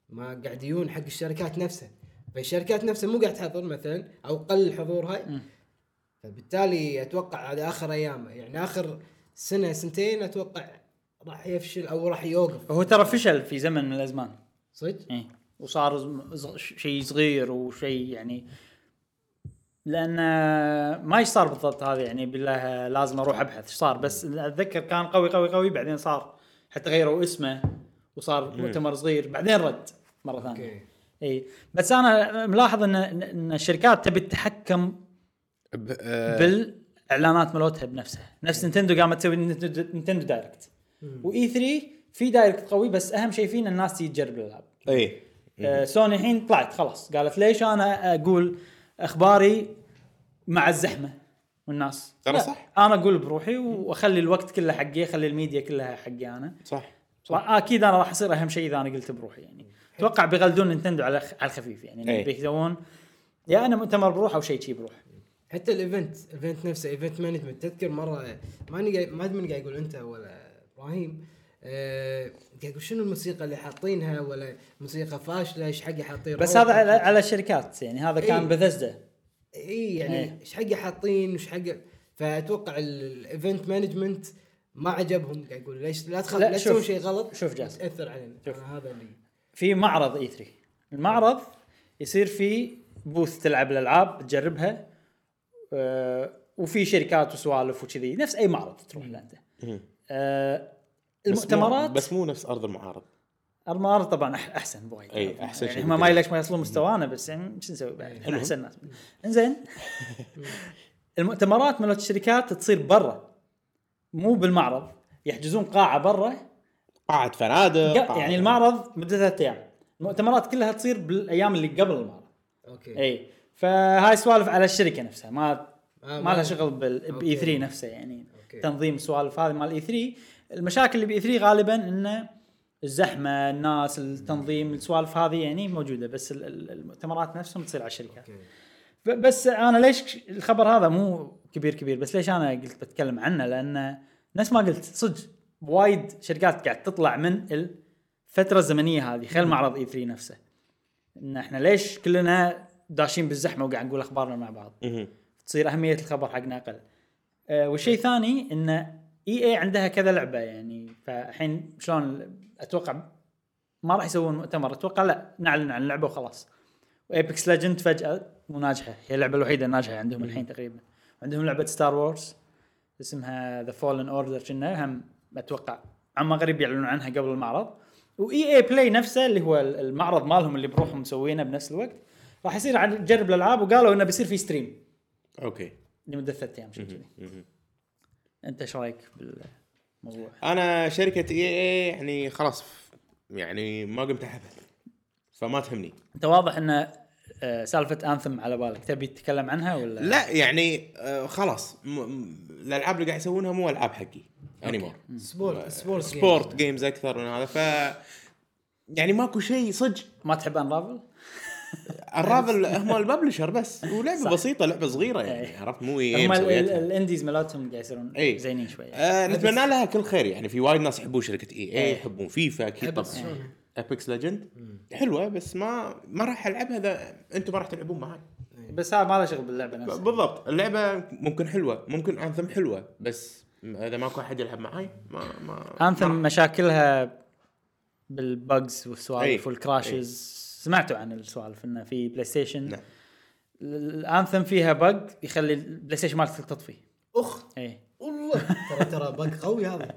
B: ما قاعد يجون حق الشركات نفسها فالشركات نفسها مو قاعد تحضر مثلا او قل حضورها فبالتالي اتوقع على اخر ايامه يعني اخر سنه سنتين اتوقع راح يفشل او راح يوقف
A: هو ترى فشل في زمن من الازمان
B: صدق؟
A: ايه وصار زم- ز- شيء صغير وشيء يعني لان ما ايش صار بالضبط هذا يعني بالله لازم اروح ابحث ايش صار بس اتذكر كان قوي قوي قوي بعدين صار حتى غيروا اسمه وصار مؤتمر صغير بعدين رد مره ثانيه
B: اوكي
A: اي بس انا ملاحظ ان ان الشركات تبي تتحكم بالاعلانات مالتها بنفسها نفس نينتندو قامت تسوي نينتندو نينتندو دايركت واي 3 في دايركت قوي بس اهم شيء فيه ان الناس تيجي تجرب الالعاب
C: اي
A: آه، سوني الحين طلعت خلاص قالت ليش انا اقول اخباري مع الزحمه والناس
C: ترى
A: لا،
C: صح.
A: انا اقول بروحي واخلي الوقت كله حقي اخلي الميديا كلها حقي انا
C: صح
A: اكيد انا راح اصير اهم شيء اذا انا قلت بروحي يعني اتوقع بيغلدون نينتندو على على الخفيف يعني
C: إي.
A: بيسوون يا انا مؤتمر بروح او شيء شي بروح
B: حتى الايفنت الايفنت نفسه ايفنت مانجمنت تذكر مره ماني قاعد- ما ادري من قاعد يقول انت ولا ابراهيم آه، قاعد يقول شنو الموسيقى اللي حاطينها ولا موسيقى فاشله ايش حقي حاطين
A: بس
B: روك؟
A: هذا على, على الشركات يعني هذا كان
B: إي.
C: إيه.
A: بثزدا
B: اي
A: إيه.
B: يعني ايش حقي حاطين ايش حقي فاتوقع الايفنت مانجمنت ما عجبهم قاعد يقول ليش لا تخاف
A: لا،
B: لا,
A: شوف.
B: تسوي شيء غلط
A: شوف جاسم.
B: تاثر علينا
A: شوف.
B: أنا هذا اللي
A: في معرض اي 3 المعرض يصير فيه بوث تلعب الالعاب تجربها آه، وفي شركات وسوالف وكذي نفس اي معرض تروح له انت
C: مهم.
A: آه،
C: بس مو-
A: المؤتمرات
C: بس مو نفس ارض المعارض
A: المعارض طبعا أح- احسن بوايد
C: أي، أحسن
A: يعني
C: شيء
A: هم ما
C: بالدنيا.
A: ليش ما يوصلون مستوانا بس يعني شو نسوي بعد احنا
C: المهم.
A: احسن ناس انزين المؤتمرات مالت الشركات تصير برا مو بالمعرض يحجزون قاعه برا
C: قاعة فنادق
A: ق-
C: قاعة-
A: يعني المعرض مدته ثلاث ايام المؤتمرات كلها تصير بالايام اللي قبل المعرض
B: اوكي
A: اي فهاي سوالف على الشركه نفسها ما
B: آه،
A: ما لها شغل بالاي
B: أوكي.
A: 3 نفسه يعني
B: أوكي.
A: تنظيم سوالف هذه مال اي 3 المشاكل اللي باي 3 غالبا انه الزحمه الناس التنظيم السوالف هذه يعني موجوده بس ال- ال- المؤتمرات نفسهم تصير على الشركات
B: أوكي.
A: ب- بس انا ليش الخبر هذا مو كبير كبير بس ليش انا قلت بتكلم عنه لانه نفس ما قلت صدق وايد شركات قاعد تطلع من الفتره الزمنيه هذه خلال معرض اي 3 نفسه ان احنا ليش كلنا داشين بالزحمه وقاعد نقول اخبارنا مع بعض
C: مهم.
A: تصير اهميه الخبر حقنا اقل. أه والشيء الثاني ان اي اي عندها كذا لعبه يعني فالحين شلون اتوقع ما راح يسوون مؤتمر اتوقع لا نعلن عن اللعبه وخلاص. وايبكس ليجند فجاه مو ناجحه هي اللعبه الوحيده الناجحه عندهم الحين تقريبا. عندهم لعبه ستار وورز اسمها ذا فولن اوردر كنا هم اتوقع عما غريب يعلنون عنها قبل المعرض واي اي بلاي نفسه اللي هو المعرض مالهم اللي بروحهم مسوينه بنفس الوقت راح يصير عن جرب الالعاب وقالوا انه بيصير في ستريم
C: اوكي
A: لمده ثلاث ايام شيء كذي
C: مهم.
A: انت ايش رايك بالموضوع؟
C: انا شركه اي اي يعني خلاص يعني ما قمت احبها فما تهمني
A: انت واضح ان آه، سالفه انثم على بالك تبي تتكلم عنها ولا
C: لا يعني آه خلاص م- م- الالعاب اللي قاعد يسوونها مو العاب حقي انيمور
B: سبورت سبورت
C: سبورت جيمز اكثر من هذا ف يعني ماكو شيء صدق
A: ما تحب انرافل؟
C: الرافل هم الببلشر بس ولعبه
A: صح.
C: بسيطه لعبه صغيره يعني
A: إيه.
C: عرفت مو اي
A: هم ال- ال-
C: مسويتها
A: الانديز مالتهم قاعد يصيرون
C: إي.
A: زينين شوي
C: آه نتمنى لها كل خير يعني في وايد ناس يحبون شركه اي اي
A: إيه.
C: يحبون فيفا اكيد طبعا ابيكس ليجند حلوه بس ما ما راح العبها اذا انتم ما راح تلعبون معي
A: بس يعني. هذا ما له شغل باللعبه
C: ب-
A: نفسها
C: بالضبط اللعبه ممكن حلوه ممكن انثم حلوه بس اذا ماكو احد يلعب معي ما ما
A: انثم مشاكلها بالبجز
C: إي.
A: والسوالف والكراشز سمعتوا عن السوالف انه في بلاي ستيشن
C: إيه. نعم.
A: الانثم فيها بج يخلي البلاي ستيشن مالتك تطفي إيه.
B: اخ
A: اي
B: والله ترى ترى بق قوي هذا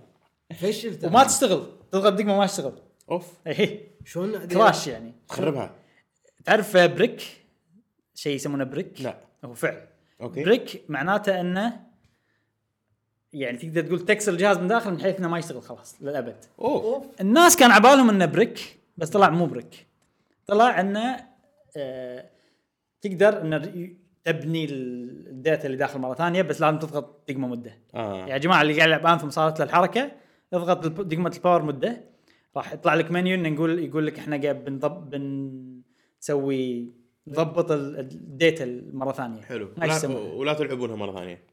B: فشل ترى
A: وما تشتغل تضغط دقمه ما تشتغل
C: اوف
A: اي
B: شلون
A: كراش يعني
C: خربها
A: تعرف بريك شيء يسمونه بريك
C: لا.
A: هو فعل
C: اوكي
A: بريك معناته انه يعني تقدر تقول تكسر الجهاز من داخل من حيث انه ما يشتغل خلاص للابد
C: اوه
B: اوف
A: الناس كان عبالهم انه بريك بس طلع مو بريك طلع انه آه تقدر انه ي- تبني ال- الداتا اللي داخل مره ثانيه بس لازم تضغط دقمه مده
C: آه.
A: يا جماعه اللي قاعد يلعب انثم صارت له الحركه اضغط الب- دقمه الباور مده راح يطلع لك منيو انه نقول يقول لك احنا قاعد بنضب بنسوي نضبط ال- الداتا مره ثانيه
C: حلو
A: ما
C: لا-
A: يسمونها.
C: ولا تلعبونها مره ثانيه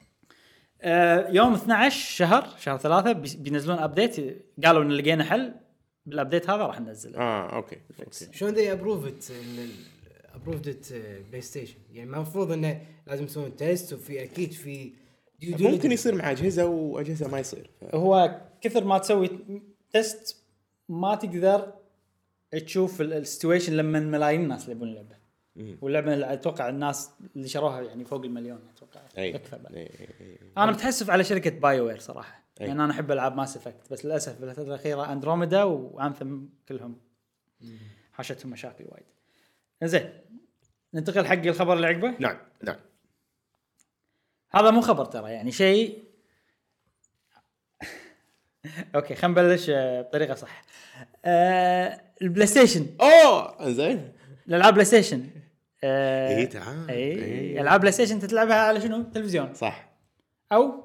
A: آه، يوم 12 شهر شهر ثلاثة بي- بينزلون ابديت قالوا ان لقينا حل بالابديت هذا راح ننزله
C: اه اوكي اوكي
B: شلون ذي ابروفت ابروفد بلاي ستيشن يعني المفروض انه لازم يسوون تيست وفي اكيد في due
C: ممكن
B: diligence.
C: يصير مع اجهزه واجهزه ما يصير
A: هو كثر ما تسوي تيست ما تقدر تشوف ال- السيتويشن لما ملايين الناس يلعبون اللعبه
C: مم.
A: واللعبه اللي اتوقع الناس اللي شروها يعني فوق المليون اتوقع
C: اي
A: اكثر بعد
C: أي- أي- أي.
A: انا متحسف على شركه باي وير صراحه
C: أي.
A: لان يعني انا احب العاب ماس افكت بس للاسف بالفتره الاخيره اندروميدا وانثم كلهم حاشتهم مشاكل وايد زين ننتقل حق الخبر اللي عقبه
C: نعم نعم
A: هذا مو خبر ترى يعني شيء اوكي خلينا نبلش آه، بطريقه صح آه، البلاي ستيشن
C: اوه زين
A: الالعاب بلاي ستيشن آه،
C: اي إيه، تعال
A: اي
C: إي.
A: العاب بلاي ستيشن أنت تلعبها على شنو؟ تلفزيون
C: صح
A: او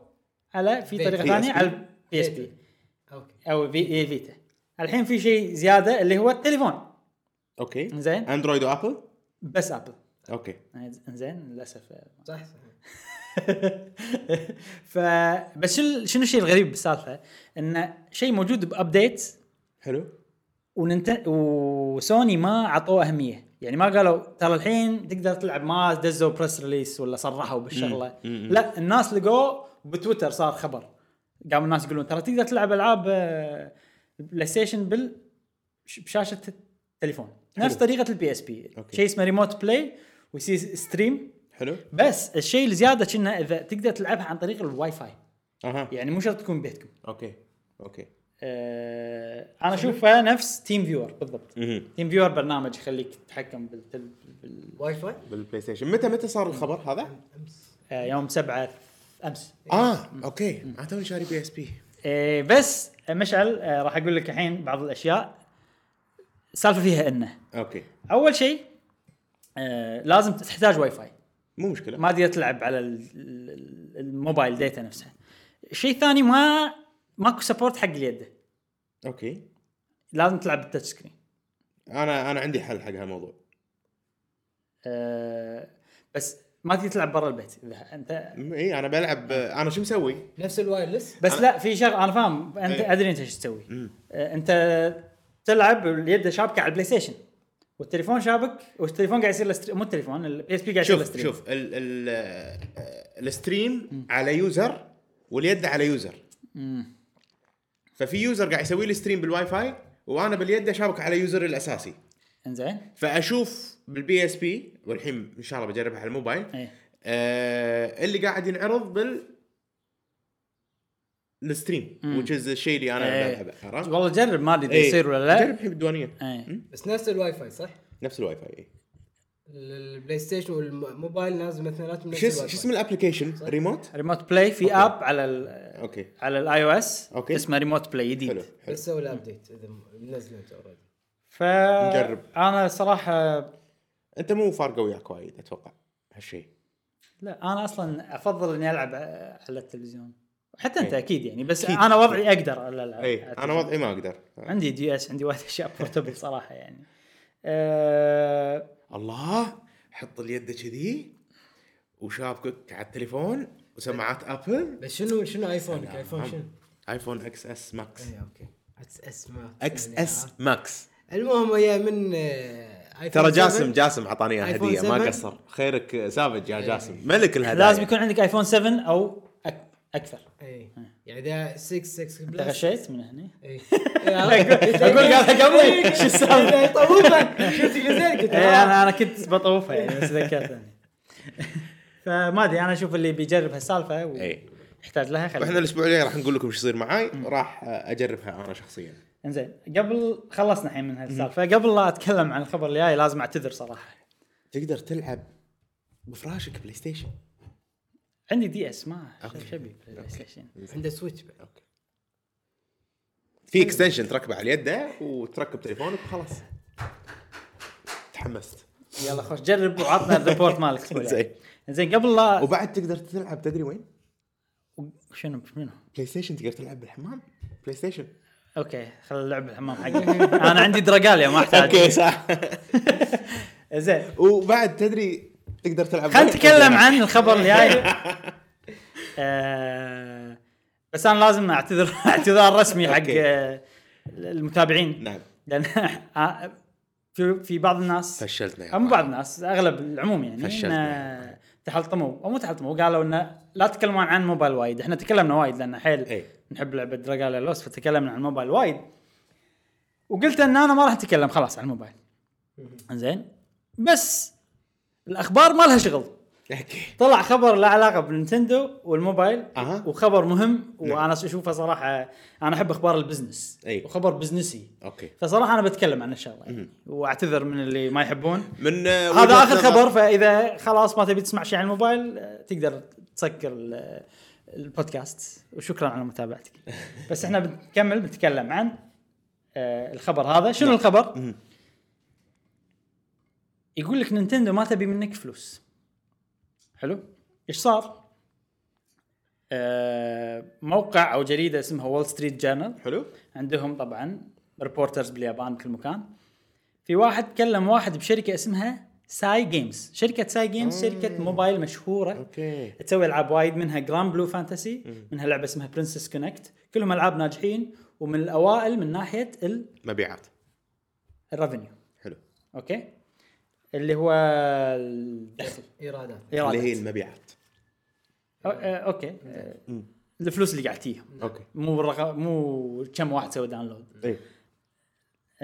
A: على في
B: بي-
A: طريقه
C: بي
A: ثانيه
C: إيه إس بي.
A: على البي اس بي
B: اوكي
A: او في إيه فيتا الحين في شيء زياده اللي هو التليفون
C: اوكي
A: زين.
C: اندرويد وابل
A: بس ابل
C: اوكي
A: زين للاسف آه،
B: صح صح
A: ف بس شل- شنو الشيء الغريب بالسالفه؟ انه شيء موجود بابديت
C: حلو
A: وننت... وسوني ما عطوه اهميه يعني ما قالوا ترى الحين تقدر تلعب ما دزوا بريس ريليس ولا صرحوا بالشغله
C: مم. مم.
A: لا الناس لقوه بتويتر صار خبر قاموا الناس يقولون ترى تقدر تلعب العاب آه، بلاي ستيشن بال ش- بشاشه التليفون نفس
C: حلو.
A: طريقه البي اس بي
C: أوكي.
A: شيء اسمه ريموت بلاي ويصير ستريم
C: حلو
A: بس الشيء الزياده كنا اذا تقدر تلعبها عن طريق الواي فاي
C: اها
A: يعني مو شرط تكون بيتكم
C: اوكي اوكي
A: آه انا اشوفها نفس تيم فيور بالضبط
C: مهم.
A: تيم فيور برنامج يخليك تتحكم بالتل... بال...
B: واي فاي
C: بالبلاي ستيشن متى متى صار الخبر هذا؟
B: امس
A: آه يوم سبعة امس
C: اه اوكي انا توني شاري بي اس بي
A: آه بس آه، مشعل آه راح اقول لك الحين بعض الاشياء السالفه فيها انه
C: اوكي
A: اول شيء آه لازم تحتاج واي فاي
C: مو مشكله
A: ما تقدر تلعب على ال- ال- الموبايل داتا نفسها الشيء الثاني ما ماكو سبورت حق اليد
C: اوكي
A: لازم تلعب بالتاتش سكرين
C: انا انا عندي حل حق هالموضوع
A: آه، بس ما تقدر تلعب برا البيت اذا انت
C: اي انا بلعب انا شو مسوي؟
B: نفس الوايرلس
A: بس لا في شغله انا فاهم انت
C: إيه.
A: ادري انت شو تسوي آه، انت تلعب اليد شابكه على البلاي ستيشن والتليفون شابك والتليفون قاعد يصير له ستريم- مو التليفون البي اس بي قاعد يصير له
C: شوف
A: ستريم
C: شوف ال ال آه، الستريم على يوزر واليد على يوزر ففي يوزر قاعد يسوي لي ستريم بالواي فاي وانا باليد اشابك على يوزر الاساسي
A: انزين
C: فاشوف بالبي اس بي والحين ان شاء الله بجربها على الموبايل
A: ايه
C: آه اللي قاعد ينعرض بال الستريم which is يعني الشيء اللي انا
A: إيه.
C: بلعبه عرفت؟
A: والله جرب ما ادري إذا
C: إيه.
A: يصير ولا لا
C: جرب الحين بالديوانيه
A: إيه.
B: بس نفس الواي فاي صح؟
C: نفس الواي فاي إيه.
B: البلاي ستيشن والموبايل لازم اثنيناتهم نفس
C: شو اس-
B: الواي
C: شو
B: فاي.
C: اسم الابلكيشن؟ ريموت؟
A: ريموت بلاي في اب على ال
C: اوكي
A: على الاي او اس
C: أوكي.
A: اسمه ريموت بلاي
C: حلو
A: جديد
C: حلو
B: بس سوي له ابديت اذا منزلته اوريدي
A: ف
C: نجرب.
A: انا صراحه
C: انت مو فارقه وياك وايد اتوقع هالشيء
A: لا انا اصلا افضل اني العب آه، على التلفزيون حتى انت
C: إيه.
A: اكيد يعني بس
C: أكيد. إيه.
A: انا وضعي اقدر ألا- العب على
C: اي انا
A: التلفزيون.
C: وضعي ما اقدر
A: عندي دي اس عندي وايد اشياء بورتبل صراحه يعني أه
C: الله حط اليد كذي وشابكك على التليفون وسماعات نعم. ابل
B: بس شنو شنو ايفونك ايفون شنو؟ إيه،
C: ايفون اكس اس ماكس
A: إيه.
B: اي اوكي اكس اس ما
C: اكس
A: يعني
C: اس ماكس
B: المهم هي من آه، آيفون
C: ترى
B: 7.
C: جاسم جاسم عطاني إياها
B: آيفون
C: هديه ما
B: 7.
C: قصر خيرك سافج يا جاسم ملك الهدايا
A: لازم يكون عندك ايفون 7 او أك- اكثر
B: اي يعني ده 6 6
A: انت
B: بلس
A: غشيت من هنا
B: اي
A: اقول قالها قبلي شو السالفه
B: طوفك شفت اللي زين كنت
A: إيه، انا انا كنت بطوفها يعني بس ذكرتني فما ادري انا اشوف اللي بيجرب هالسالفه
C: إيه.
A: ويحتاج لها خليه
C: واحنا الاسبوع الجاي راح نقول لكم ايش يصير معاي راح اجربها انا شخصيا
A: انزين قبل خلصنا الحين من هالسالفه قبل لا اتكلم عن الخبر اللي جاي لازم اعتذر صراحه
C: تقدر تلعب بفراشك بلاي ستيشن
A: عندي دي اس ما
C: أوكي.
A: شبي بلاي ستيشن
B: عنده سويتش بعد
C: اوكي في اكستنشن تركبه على يده وتركب تليفونك وخلاص تحمست
A: يلا خوش جرب وعطنا الريبورت مالك الأسبوع الجاي.
C: زين.
A: زين قبل لا
C: أه. وبعد تقدر تلعب تدري وين؟
A: شنو شنو
C: بلاي ستيشن تقدر تلعب بالحمام بلاي ستيشن
A: اوكي خل اللعب الحمام حقي انا عندي دراجاليا ما احتاج
C: صح
A: زين
C: وبعد تدري تقدر تلعب
A: خلينا نتكلم عن الخبر اللي جاي آه، بس انا لازم اعتذر اعتذار رسمي حق
C: أوكي.
A: آه، المتابعين
C: نعم
A: لان آه، في في بعض الناس
C: فشلتنا يا
A: مو بعض الناس اغلب العموم يعني
C: فشلتنا.
A: إن تحلطموا او مو تحلطموا قالوا انه لا تتكلمون عن موبايل وايد احنا تكلمنا وايد لان حيل
C: إيه.
A: نحب لعبه دراجالا لوس فتكلمنا عن الموبايل وايد وقلت ان انا ما راح اتكلم خلاص عن الموبايل زين بس الاخبار ما لها شغل
C: اوكي
A: طلع خبر له علاقه بنينتندو والموبايل
C: أها.
A: وخبر مهم وانا اشوفه صراحه انا احب اخبار البزنس
C: إيه.
A: وخبر بزنسي
C: اوكي
A: فصراحه انا بتكلم عن الشغله يعني واعتذر من اللي ما يحبون
C: من آه،
A: هذا اخر خبر فاذا خلاص ما تبي تسمع شيء عن الموبايل آه، تقدر تسكر ال- البودكاست وشكرا على متابعتك بس احنا بنكمل بنتكلم عن آه، الخبر هذا شنو الخبر
C: مم.
A: يقول لك نينتندو ما تبي منك فلوس حلو ايش صار آه، موقع او جريده اسمها وول ستريت جورنال
C: حلو
A: عندهم طبعا ريبورترز باليابان بكل مكان في واحد كلم واحد بشركه اسمها ساي جيمز شركه ساي جيمز شركه موبايل مشهوره
C: اوكي
A: تسوي العاب وايد منها جرام بلو فانتسي منها لعبه اسمها برنسس كونكت كلهم العاب ناجحين ومن الاوائل من ناحيه
C: مبيعات
A: الرفنيو
C: حلو
A: اوكي اللي هو الدخل
B: ايرادات
C: اللي هي
A: إيرادات.
C: المبيعات
A: أو- آه، اوكي آه، الفلوس اللي قاعد تجيهم
C: اوكي
A: مو الرقم- مو كم واحد سوى داونلود
C: اي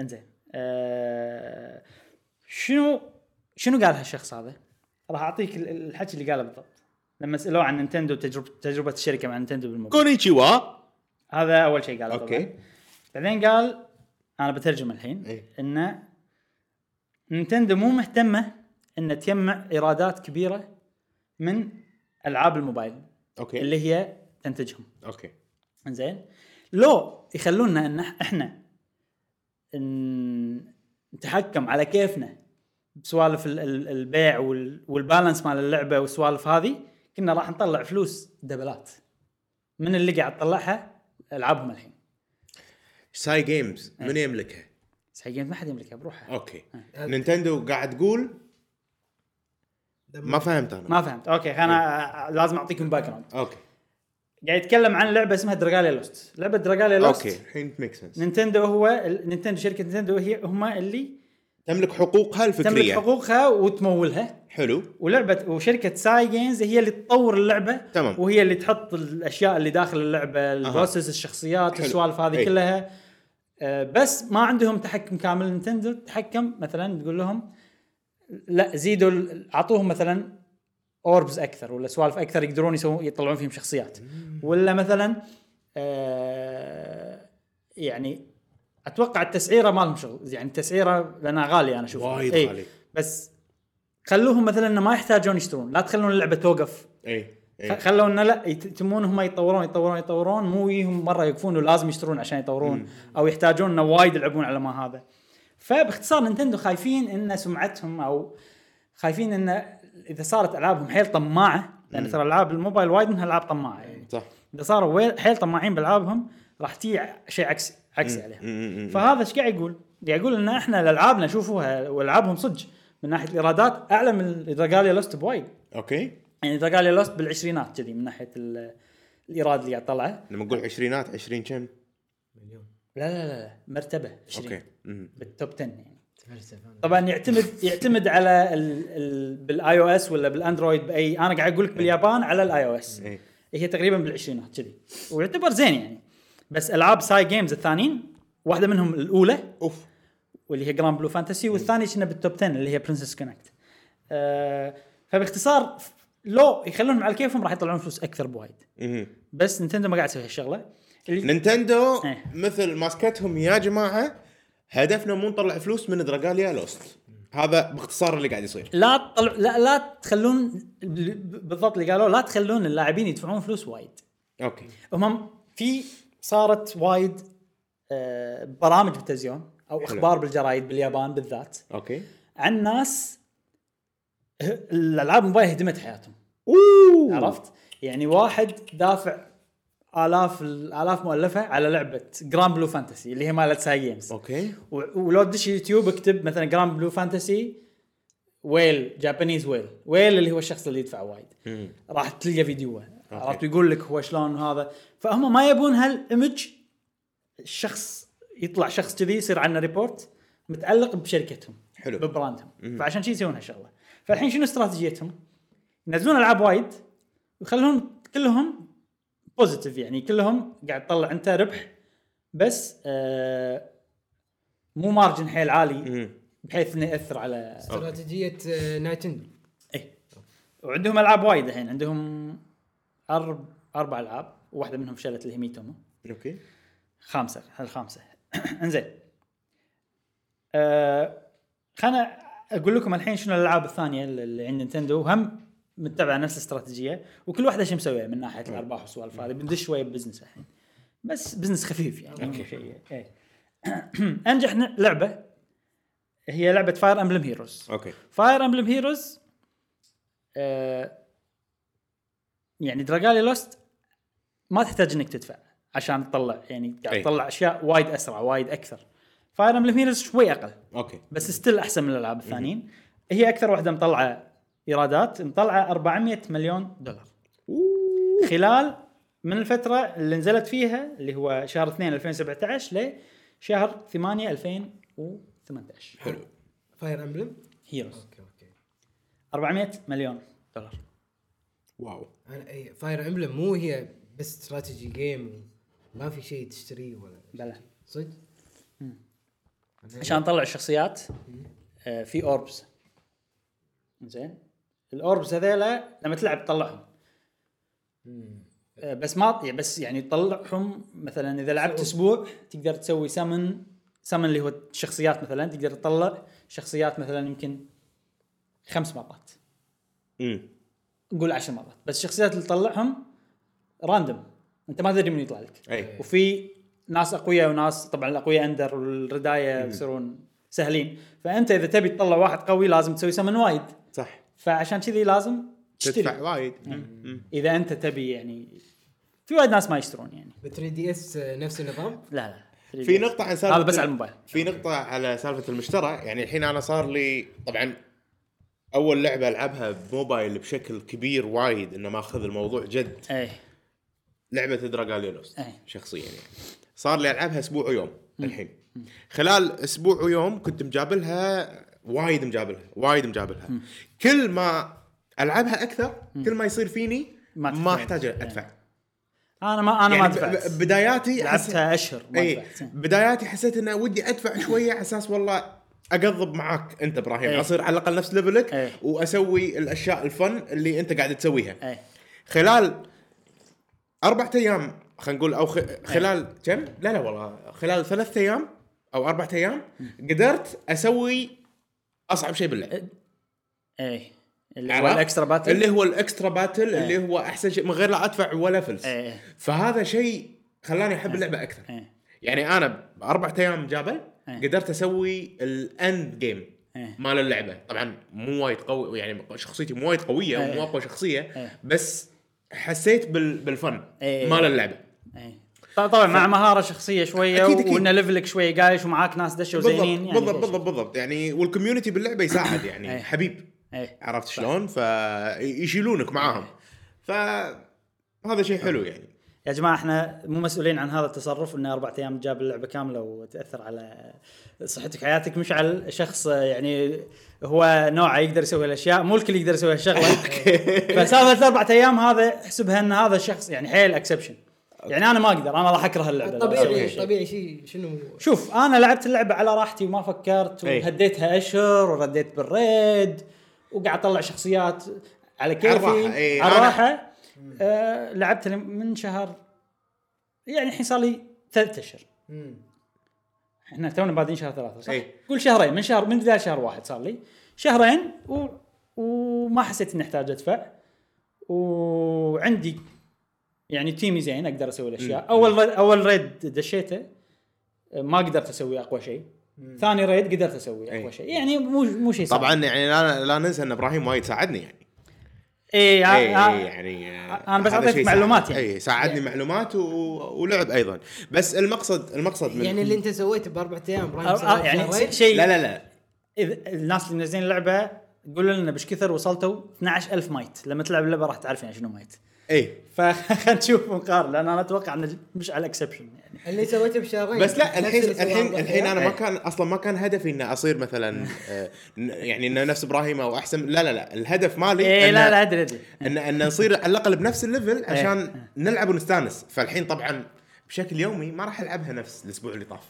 A: انزين آه شنو شنو قال هالشخص هذا؟ راح اعطيك ال- الحكي اللي قاله بالضبط لما سالوه عن نينتندو تجربه تجربه الشركه مع نينتندو بالموبايل
C: كونيتشيوا
A: هذا اول شيء قاله طبعا
C: اوكي
A: بعدين قال انا بترجم الحين
C: إيه.
A: ان نينتندو مو مهتمه ان تجمع ايرادات كبيره من العاب الموبايل
C: اوكي
A: اللي هي تنتجهم
C: اوكي
A: زين لو يخلونا ان إح- احنا ن- نتحكم على كيفنا بسوالف ال- ال- البيع وال- والبالانس مال اللعبه والسوالف هذه كنا راح نطلع فلوس دبلات من اللي قاعد تطلعها العابهم الحين
C: ساي جيمز
A: إيه.
C: من يملكها؟
A: بس حقين ما حد يملكها بروحها
C: اوكي نينتندو قاعد تقول ما فهمت انا
A: ما فهمت اوكي انا لازم اعطيكم باك جراوند
C: اوكي
A: قاعد يتكلم عن لعبه اسمها دراجاليا لوست لعبه دراجاليا لوست
C: اوكي الحين ميك سنس
A: نينتندو هو نينتندو شركه نينتندو هي هم اللي
C: تملك حقوقها
A: تملك
C: الفكريه
A: حقوقها وتمولها
C: حلو
A: ولعبه وشركه ساي جيمز هي اللي تطور اللعبه
C: تمام.
A: وهي اللي تحط الاشياء اللي داخل اللعبه البروسس الشخصيات
C: حلو.
A: السوالف هذه
C: أي.
A: كلها آه، بس ما عندهم تحكم كامل نينتندو تحكم مثلا تقول لهم لا زيدوا ال- اعطوهم مثلا اوربز اكثر ولا سوالف اكثر يقدرون يسوون يطلعون فيهم شخصيات ولا مثلا آه يعني اتوقع التسعيره ما لهم شغل يعني التسعيره لانها غاليه انا اشوف
C: وايد
A: إي.
C: غالية.
A: إيه. بس خلوهم مثلا انه ما يحتاجون يشترون لا تخلون اللعبه توقف
C: اي
A: خ-
C: اي
A: خلوا انه لا يت- يتمون هم يطورون يطورون يطورون مو يهم مره يوقفون ولازم يشترون عشان يطورون او يحتاجون انه وايد يلعبون على ما هذا فباختصار نينتندو خايفين ان سمعتهم او خايفين ان اذا صارت العابهم حيل طماعه لان ترى العاب الموبايل وايد منها العاب طماعه يعني
C: صح
A: اذا صاروا وي- حيل طماعين بالعابهم راح تي ع- شيء عكسي عكسي عليهم
C: مم، مم.
A: فهذا ايش قاعد يقول؟ قاعد يقول ان احنا الالعاب نشوفوها والعابهم صدق من ناحيه الايرادات اعلى من دراجاليا لوست بوايد
C: اوكي
A: يعني دراجاليا لوست بالعشرينات كذي من ناحيه ال- الايراد اللي قاعد طلعه
C: لما نقول عشرينات عشرين كم
B: مليون
A: لا لا لا, لا مرتبه 20
C: اوكي مم.
A: بالتوب 10 يعني
B: فلسفة أنا.
A: طبعا يعتمد يعتمد على ال ال بالاي او اس ولا بالاندرويد باي انا قاعد اقول لك باليابان على الاي او اس
C: إيه.
A: هي تقريبا بالعشرينات كذي ويعتبر زين يعني بس العاب ساي جيمز الثانيين واحده منهم الاولى
C: اوف
A: واللي هي جراند بلو فانتسي والثاني كنا بالتوب 10 اللي هي برنسس كونكت آه فباختصار ف- لو يخلونهم على كيفهم راح يطلعون فلوس اكثر بوايد
C: مم.
A: بس نينتندو ما قاعد تسوي هالشغله اللي
C: نينتندو
A: إيه.
C: مثل ماسكتهم يا جماعه هدفنا مو نطلع فلوس من دراجاليا لوست هذا باختصار اللي قاعد يصير
A: لا تطلع لا لا تخلون ب- بالضبط اللي قالوا لا تخلون اللاعبين يدفعون فلوس وايد
C: اوكي
A: هم في صارت وايد آه برامج بالتلفزيون او اخبار بالجرايد باليابان بالذات
C: اوكي
A: عن ناس ه- الالعاب موبايل هدمت حياتهم
C: اوه
A: عرفت؟ يعني واحد دافع الاف الاف مؤلفه على لعبه جراند بلو فانتسي اللي هي مالت ساي جيمز
C: اوكي
A: و- ولو تدش يوتيوب اكتب مثلا جراند بلو فانتسي ويل جابانيز ويل ويل اللي هو الشخص اللي يدفع وايد
C: مم.
A: راح تلقى فيديوه
C: أوكي.
A: عرفت يقول لك هو شلون هذا فهم ما يبون هالايمج الشخص يطلع شخص كذي يصير عنه ريبورت متعلق بشركتهم
C: حلو.
A: ببراندهم فعشان شي يسوون هالشغله فالحين شنو استراتيجيتهم؟ ينزلون العاب وايد ويخلون كلهم بوزيتيف يعني كلهم قاعد تطلع انت ربح بس آه مو مارجن حيل عالي
C: مم.
A: بحيث انه ياثر على
B: استراتيجية آه، نايتندو
A: اي وعندهم العاب وايد الحين عندهم أرب... اربع العاب وواحده منهم شلت اللي هي ميتومو
C: اوكي
A: خامسه الخامسه انزين أه خلنا اقول لكم الحين شنو الالعاب الثانيه اللي عند نينتندو وهم متبعه نفس الاستراتيجيه وكل واحده شو مسويه من ناحيه الارباح والسوالف هذه بندش شويه ببزنس الحين بس بزنس خفيف يعني مو شيء إيه. انجح ن- لعبه هي لعبه فاير امبلم هيروز
C: اوكي
A: فاير امبلم هيروز آه، يعني دراجالي لوست ما تحتاج انك تدفع عشان تطلع يعني قاعد
C: أي.
A: تطلع اشياء وايد اسرع وايد اكثر فاير امبلم هيروز شوي اقل
C: اوكي
A: بس ستيل احسن من الالعاب الثانيين هي اكثر واحده مطلعه ايرادات مطلعه 400 مليون دولار خلال من الفتره اللي نزلت فيها اللي هو شهر 2 2017 لشهر 8 2018
C: حلو
B: فاير امبلم
A: هيروز
B: اوكي اوكي
A: 400 مليون دولار
C: واو
B: انا اي فاير امبلم مو هي بس استراتيجي جيم ما في شيء تشتريه ولا
A: بلى
B: صدق
A: عشان نطلع الشخصيات آه، في اوربس زين الاوربس هذيلا لما تلعب تطلعهم آه، بس ما يعني بس يعني تطلعهم مثلا اذا لعبت اسبوع تقدر تسوي سمن سمن اللي هو الشخصيات مثلا تقدر تطلع شخصيات مثلا يمكن خمس مرات
C: امم
A: نقول عشر مرات بس الشخصيات اللي تطلعهم راندوم انت ما تدري من يطلع لك
C: اي
A: وفي ناس اقوياء وناس طبعا الاقوياء اندر والردايه يصيرون سهلين فانت اذا تبي تطلع واحد قوي لازم تسوي سمن وايد
C: صح
A: فعشان كذي لازم
C: تدفع
A: تشتري
C: وايد مم.
A: اذا انت تبي يعني في وايد ناس ما يشترون يعني
B: ب 3 دي اس نفس النظام
A: لا لا
C: في نقطة عن سالفة
A: هذا بس على الموبايل
C: في نقطة على سالفة المشترى يعني الحين أنا صار لي طبعا اول لعبه العبها بموبايل بشكل كبير وايد انه ماخذ الموضوع جد
A: اي
C: لعبه دراجاليلوس
A: أي.
C: شخصيا يعني صار لي العبها اسبوع ويوم الحين خلال اسبوع ويوم كنت مجابلها وايد مجابلها وايد مجابلها كل ما العبها اكثر كل ما يصير فيني
A: ما
C: ما,
A: تحتاج.
C: احتاج
A: أي.
C: ادفع
A: انا ما انا ما
C: يعني ب-
A: دفعت
C: ب- إيه. بداياتي أحس-
A: لعبتها اشهر ما
C: اي
A: دفعت
C: بداياتي حسيت انه ودي ادفع شويه على اساس والله اقضب معاك انت ابراهيم
A: إيه.
C: اصير على الاقل نفس ليفلك
A: إيه.
C: واسوي الاشياء الفن اللي انت قاعد تسويها
A: اي
C: خلال أربعة أيام خلينا نقول أو خ... خلال
A: إيه.
C: كم؟ لا لا والله خلال ثلاثة أيام أو أربعة أيام قدرت أسوي أصعب شيء باللعب
A: اي إيه. اللي هو
C: عرفت؟
A: الاكسترا إيه. باتل
C: اللي هو الإكسترا باتل اللي هو أحسن شيء من غير لا أدفع ولا فلس
A: إيه.
C: فهذا شيء خلاني أحب اللعبة أكثر
A: اي
C: يعني أنا بأربعة أيام جابه
A: إيه.
C: قدرت أسوي الأند جيم
A: إيه.
C: مال اللعبة طبعا مو وايد قوي يعني شخصيتي مو وايد قوية
A: إيه.
C: ومو أقوى شخصية
A: إيه.
C: بس حسيت بال... بالفن
A: إيه.
C: مال اللعبة
A: اي طبعا طبعا مع مهاره شخصيه شويه
C: أكيد- أكيد.
A: وان ليفلك شويه قايش ومعاك ناس دشوا
C: بالضبط
A: زينين يعني
C: بالضبط بالضبط بالضبط يعني والكوميونتي باللعبه يساعد
A: إيه.
C: يعني حبيب
A: اي
C: عرفت شلون فيشيلونك معاهم
A: إيه.
C: فهذا شيء حلو يعني
A: يا جماعه احنا مو مسؤولين عن هذا التصرف ان اربع ايام جاب اللعبه كامله وتاثر على صحتك حياتك مشعل شخص يعني هو نوعه يقدر يسوي الاشياء مو الكل يقدر يسوي هالشغله فسالفه اربع ايام هذا احسبها ان هذا الشخص يعني حيل اكسبشن يعني انا ما اقدر انا راح اكره اللعبه لو أسوي
B: طبيعي
A: هالشيء.
B: طبيعي شيء شنو
A: شوف انا لعبت اللعبه على راحتي وما فكرت
C: أي.
A: وهديتها اشهر ورديت بالريد وقاعد اطلع شخصيات على كيفي
C: الراحة، أي.
A: على
C: أنا-
A: الراحه آه لعبت لم- من شهر يعني الحين صار لي ثلاث اشهر
B: مم.
A: احنا تونا بادين شهر ثلاثه صح؟
C: أي.
A: قول شهرين من شهر من بدايه شهر واحد صار لي شهرين و... وما حسيت اني احتاج ادفع وعندي يعني تيمي زين اقدر اسوي الاشياء اول ريد اول ريد دشيته ما قدرت اسوي اقوى شيء ثاني ريد قدرت اسوي اقوى
C: أي.
A: شيء يعني مو مو شيء صعب
C: طبعا يعني لا لا ننسى ان ابراهيم وايد ساعدني يعني
A: اي ع-
C: اي
A: ع-
C: إي يعني
A: أنا آه، بس
C: هذا
A: أعطيتك
C: شيء
A: معلومات
C: ساعد.
A: يعني.
C: اي ساعدني معلومات و... ولعب ايضا بس المقصد المقصد من
B: يعني طيب. اللي انت سويته باربع ايام ابراهيم
A: آه، آه،
B: سواه
A: يعني
B: بشهرين.
A: س- شيء
C: لا لا لا
A: اذا الناس اللي منزلين اللعبه قولوا لنا بش كثر وصلتوا 12000 مايت لما تلعب اللعبه راح تعرف يعني شنو مايت
C: اي
A: فخلينا نشوف مقارنه لان انا اتوقع انه مش على اكسبشن يعني
B: اللي سويته بشهرين
C: بس لا
B: طيب، نفس إيه.
C: الحين
B: اللي
C: الحين
B: سواه أربع
C: الحين
B: أيام.
C: انا ما كان اصلا ما كان هدفي اني اصير مثلا آه، ن- يعني انه نفس ابراهيم او احسن لا لا لا الهدف مالي
A: اي
C: إيه، إنه-
A: إيه،
C: إيه،
A: لا إيه. لا ادري ادري
C: ان ان نصير على الاقل بنفس الليفل عشان نلعب ونستانس فالحين طبعا بشكل يومي ما راح العبها نفس الاسبوع اللي طاف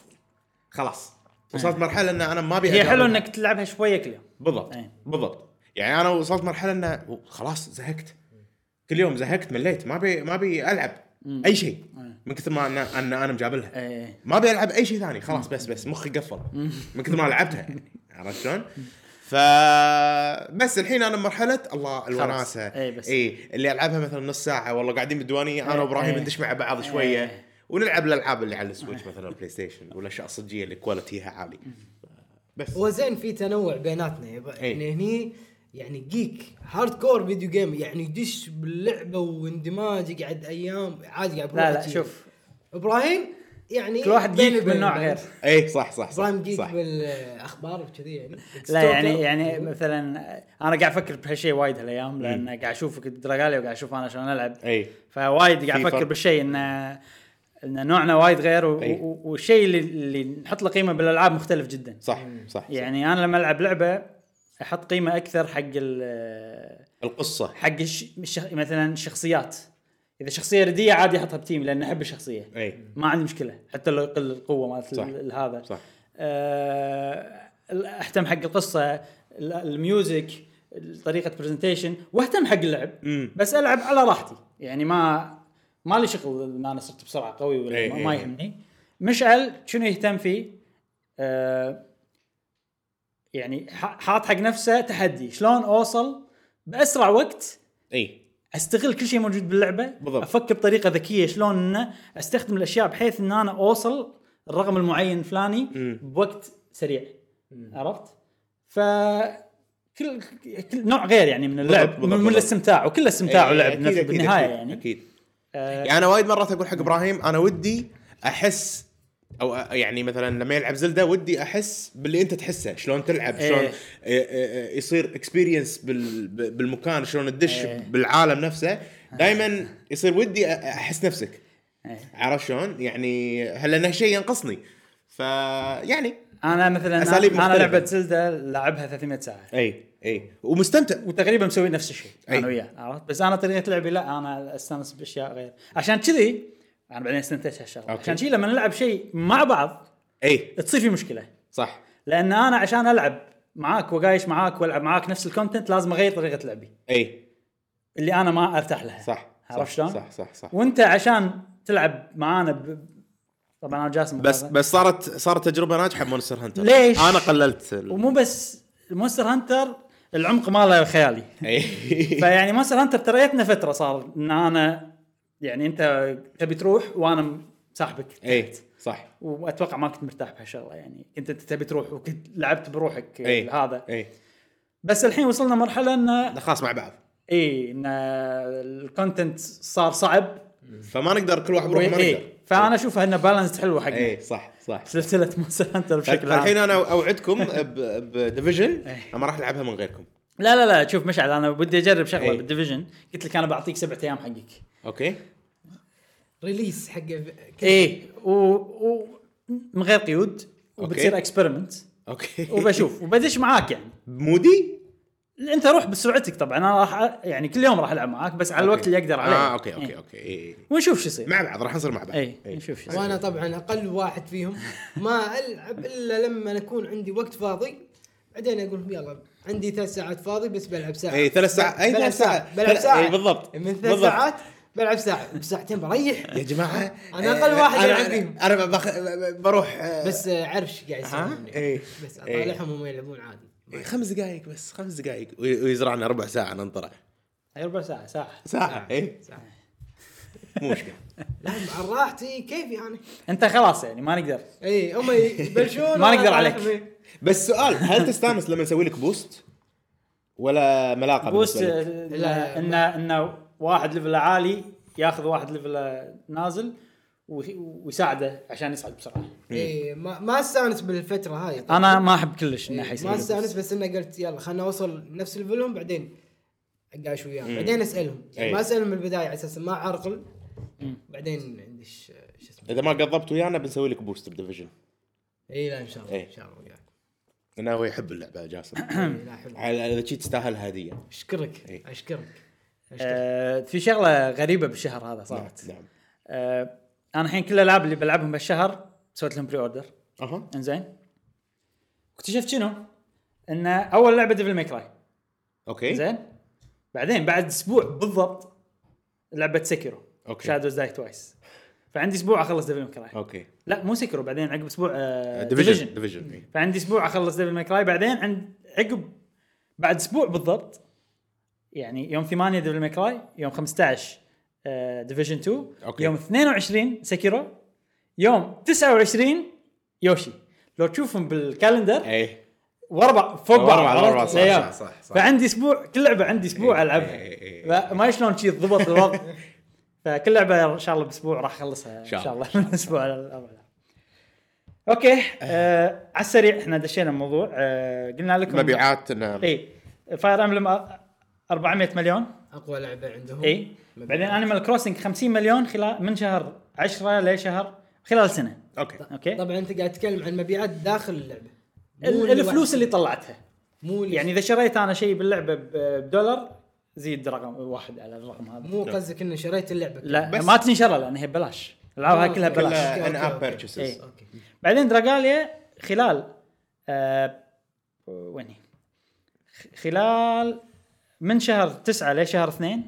C: خلاص وصلت مرحله ان انا ما ابي
A: إيه. هي حلو
C: أجربها.
A: انك تلعبها شويه كل يوم
C: بالضبط
A: إيه.
C: بالضبط يعني انا وصلت مرحله انه خلاص زهقت كل يوم زهقت مليت ما بي ما ابي العب اي شيء
A: إيه.
C: من كثر ما انا انا, أنا مجابلها
A: ايه
C: ما ابي العب اي شيء ثاني خلاص بس بس مخي قفل من كثر ما لعبتها يعني عرفت شلون؟ فبس الحين انا مرحله الله الوناسه
A: إي إيه، بس. إيه،
C: اي اللي العبها مثلا نص ساعه والله قاعدين بالديوانيه
A: إي.
C: انا وابراهيم
A: إي.
C: ندش مع بعض
A: إي.
C: شويه ونلعب الالعاب اللي على السويتش مثلا بلاي ستيشن والاشياء الصجيه اللي كواليتيها عالي بس
B: هو زين في تنوع بيناتنا يبا.
A: إيه.
B: يعني هني يعني جيك هارد كور فيديو جيم يعني يدش باللعبه واندماج يقعد ايام عادي قاعد
A: لا
B: بروحه
A: لا
B: جي.
A: شوف
B: ابراهيم يعني
A: كل واحد
B: بيني
A: جيك من
B: وبينه
A: نوع
B: بس.
A: غير
C: اي إيه، صح صح صح,
B: ابراهيم جيك
C: صح.
B: بالاخبار وكذي يعني
A: لا يعني يعني مثلا انا قاعد افكر بهالشيء وايد هالايام لان قاعد اشوفك الدراغالي وقاعد اشوف انا شلون العب
C: اي
A: فوايد قاعد
C: في
A: افكر
C: فرق.
A: بالشيء انه ان نوعنا وايد غير و-
C: إي.
A: و- والشيء اللي, اللي نحط له قيمه بالالعاب مختلف جدا
C: صح صح, صح.
A: يعني انا لما العب لعبه احط قيمه اكثر حق ال-
C: القصه
A: حق الش... الشخ... مثلا شخصيات اذا شخصيه رديه عادي احطها بتيم لان احب الشخصيه
C: اي
A: ما عندي مشكله حتى لو يقل القوه مالت
C: صح.
A: ال- هذا
C: إيه، صح
A: آه، اهتم حق القصه ال- الميوزك طريقه برزنتيشن واهتم حق اللعب
C: مم.
A: بس العب على راحتي يعني ما ما لي شغل ان انا صرت بسرعه قوي ولا
C: إيه،
A: ما,
C: إيه،
A: ما
C: إيه.
A: يهمني مشعل شنو يهتم فيه؟ آه يعني ح- حاط حق نفسه تحدي شلون اوصل باسرع وقت
C: اي
A: استغل كل شيء موجود باللعبه
C: بالضبط.
A: افكر بطريقه ذكيه شلون انه استخدم الاشياء بحيث ان انا اوصل الرقم المعين الفلاني
C: مم.
A: بوقت سريع عرفت؟ ف كل كل نوع غير يعني من اللعب
C: بالضبط،
A: من, من
C: بالضبط.
A: الاستمتاع وكل استمتاع
C: إي،
A: ولعب
C: أكيد،
A: نفس-
C: أكيد،
A: بالنهايه
C: أكيد،
A: يعني
C: اكيد
A: آه،
C: يعني انا وايد مرات اقول حق ابراهيم انا ودي احس او أ- يعني مثلا لما يلعب زلده ودي احس باللي انت تحسه شلون تلعب
A: إيه.
C: شلون إيه. إيه يصير اكسبيرينس بالمكان شلون تدش
A: إيه.
C: إيه. بالعالم نفسه دائما يصير ودي أ- احس نفسك
A: إيه.
C: عرفت شلون يعني هل لانه شيء ينقصني يعني، فيعني
A: انا مثلا
C: أساليب
A: انا
C: مختلفة.
A: لعبه زلده لعبها 300 ساعه
C: اي اي إيه، ومستمتع
A: وتقريبا مسوي نفس الشيء
C: أي.
A: انا وياه عرفت بس انا طريقه لعبي لا انا استانس باشياء غير عشان كذي انا بعدين استنتجت هالشغله
C: أوكي.
A: عشان كذي لما نلعب شيء مع بعض
C: اي
A: تصير في مشكله
C: إيه، صح
A: لان انا عشان العب معاك وقايش معاك والعب معاك نفس الكونتنت لازم اغير طريقه لعبي
C: اي
A: اللي انا ما ارتاح لها
C: صح
A: عرفت شلون؟
C: صح صح صح
A: وانت عشان تلعب معانا ب... طبعا انا جاسم
C: بس
A: هذا.
C: بس صارت صارت تجربه ناجحه بمونستر هانتر
A: ليش؟
C: انا قللت ال...
A: ومو بس مونستر هانتر العمق ماله خيالي
C: اي
A: فيعني مونستر هانتر تريتنا فتره صار ان انا يعني انت تبي تروح وانا ساحبك
C: اي صح
A: واتوقع ما كنت مرتاح بهالشغله يعني كنت انت تبي تروح وكنت لعبت بروحك
C: اي
A: هذا
C: اي
A: بس الحين وصلنا مرحله انه
C: إحنا خلاص مع بعض
A: اي ان الكونتنت صار صعب
C: فما نقدر كل واحد بروحه ما
A: إيه،
C: نقدر
A: فانا اشوفها انه بالانس حلوه حقنا
C: اي صح صح
A: سلسله مونستر هانتر بشكل عام
C: الحين انا اوعدكم ب- بديفيجن
A: إيه.
C: انا ما راح العبها من غيركم
A: لا لا لا شوف مشعل انا ودي اجرب شغله
C: إيه.
A: بالديفيجن قلت لك انا بعطيك سبعة ايام حقك
C: اوكي
B: ريليس حق ف-
A: ايه و... و... من غير قيود وبتصير
C: أوكي.
A: اكسبيرمنت
C: اوكي
A: وبشوف وبدش معاك يعني
C: مودي
A: انت روح بسرعتك طبعا انا راح أ- يعني كل يوم راح العب معاك بس على الوقت اللي اقدر عليه
C: اه اوكي
A: إيه.
C: اوكي اوكي إيه.
A: ونشوف شو يصير
C: مع بعض راح نصير مع بعض
A: إيه، نشوف
C: أيوة.
A: شو يصير.
B: وانا طبعا اقل واحد فيهم ما العب الا لما اكون عندي وقت فاضي بعدين اقول يلا عندي ثلاث ساعات فاضي بس بلعب ساعه
C: اي إيه، ثلاث ساعات اي
B: بلعب
C: ثلاث ساعات
B: بلعب ساعه
C: اي بالضبط
B: من ثلاث
C: بالضبط.
B: ساعات بلعب ساعه بساعتين بريح
C: يا جماعه
B: أنا أقل واحد
C: أنا-
B: ألعب فيهم.
C: انا بأخ- بروح آه،
B: بس آه، عارف ايش قاعد
C: ها؟
B: يسوون
C: إيه.
B: بس
C: إيه.
B: اطالعهم وهم يلعبون عادي
C: خمس دقائق بس خمس دقائق إيه. وي- ويزرعنا ربع ساعه ننطره
A: هي ربع ساعه ساعه
C: ساعه اي مو مشكله
B: لازم على راحتي كيفي انا
A: انت خلاص يعني ما نقدر
B: اي هم يبلشون
A: ما
B: وأنا
A: نقدر
B: أطالعهم.
A: عليك.
C: بس سؤال هل تستانس لما نسوي لك بوست ولا ملاقه
A: بوست آه،
C: بالنسبة لك؟
B: لا.
A: ان ان واحد ليفل عالي ياخذ واحد ليفل نازل وي- ويساعده عشان يصعد بسرعه
B: اي إيه، ما ما استانس بالفتره هاي
A: انا إيه، ما احب كلش انه
B: إيه، ما استانس بس انه قلت يلا خلنا اوصل نفس ليفلهم بعدين اقاش وياهم بعدين اسالهم يعني
C: إي.
B: ما اسالهم من البدايه على اساس ما اعرقل بعدين عندي ش- شو
A: آه.
B: اسمه
C: اذا ما قضبت ويانا بنسوي لك بوست بديفيجن
B: اي لا ان شاء الله
C: إي.
B: ان شاء الله وياك
C: لانه هو يحب اللعبه جاسم
B: إي، لا حلو
C: على اذا شي تستاهل هديه
B: اشكرك
C: إي.
B: اشكرك أشكرك.
A: آه في شغله غريبه بالشهر هذا
C: نعم
A: صارت
C: نعم
A: آه انا الحين كل الالعاب اللي بلعبهم بالشهر سويت لهم بري اوردر
C: اها
A: انزين اكتشفت شنو؟ ان اول لعبه ديفل ميك راي
C: اوكي
A: زين بعدين بعد اسبوع بالضبط لعبه سكيرو
C: أوكي.
A: شادوز داي توايس فعندي اسبوع اخلص ديفل ميك راي
C: اوكي
A: لا مو سكرو بعدين عقب اسبوع آه
C: ديفيجن
A: Division.
C: ديفيجن إي.
A: فعندي اسبوع اخلص ديفل ماي كراي بعدين عند عقب بعد اسبوع بالضبط يعني يوم 8 ديفل ماي كراي يوم 15 ديفيجن 2
C: أوكي.
A: يوم 22 سكيرو يوم 29 يوشي لو تشوفهم بالكالندر
C: ايه
A: ورا بعض فوق
C: ورا
A: بعض
C: بعض،
A: عرفت؟
C: ورا بعض، صح،
A: أيام.
C: صح، صح، صح.
A: فعندي اسبوع كل لعبه عندي اسبوع
C: إيه،
A: العبها
C: إيه، إيه، إيه.
A: لا، ما شلون شي ضبط الوضع فكل لعبه ان شاء الله باسبوع راح اخلصها ان
C: شاء
A: شاء الله
C: الله. إيه.
A: الاسبوع الاول اوكي آه على السريع احنا دشينا الموضوع آه قلنا لكم إيه،
C: مبيعات نعم
A: اي فاير امبلم 400 مليون
B: اقوى لعبه عندهم
A: اي بعدين انيمال كروسنج 50 مليون خلال من شهر 10 لشهر خلال سنه
C: اوكي
A: اوكي
B: طبعا انت قاعد تتكلم عن مبيعات داخل اللعبه مو
A: ال-
B: اللي
A: الفلوس
B: واحد-
A: اللي طلعتها
B: مو اللي-
A: يعني اذا شريت انا شيء باللعبه ب- بدولار زيد رقم واحد على الرقم هذا
B: مو قصدك اني شريت اللعبه
A: لا
C: بس-
A: ما تنشرها لان هي ببلاش العابها كلها
B: أوكي.
A: ببلاش
C: كلها ان اب
B: أوكي،
A: إيه.
C: بيرتشسز
B: اوكي
A: بعدين دراغاليا خلال آه وين هي؟ خ- خلال من شهر 9 لشهر 2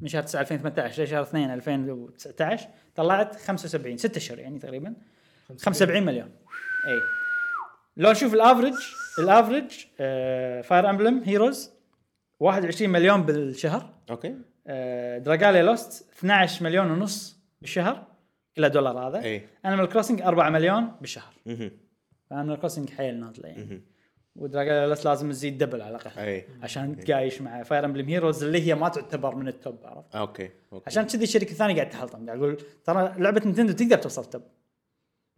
A: من شهر 9 2018 لشهر 2 2019 طلعت 75 6 اشهر يعني تقريبا 75 مليون اي لو نشوف الافرج الافرج آه فاير امبلم هيروز 21 مليون بالشهر
C: اوكي
A: آه دراغاليا لوست 12 مليون ونص بالشهر كلها دولار هذا
C: إيه.
A: انيمال كروسنج 4 مليون بالشهر
C: مهم.
A: انيمال كروسنج حيل نازله يعني
C: مهم.
A: ودراغون لوست لازم تزيد دبل على الاقل
C: اي
A: عشان
C: إيه.
A: تقايش مع فاير امبلم هيروز اللي هي ما تعتبر من التوب عرفت
C: اوكي اوكي
A: عشان كذي الشركه الثانيه قاعد تحلطم قاعد اقول ترى لعبه نينتندو تقدر توصل توب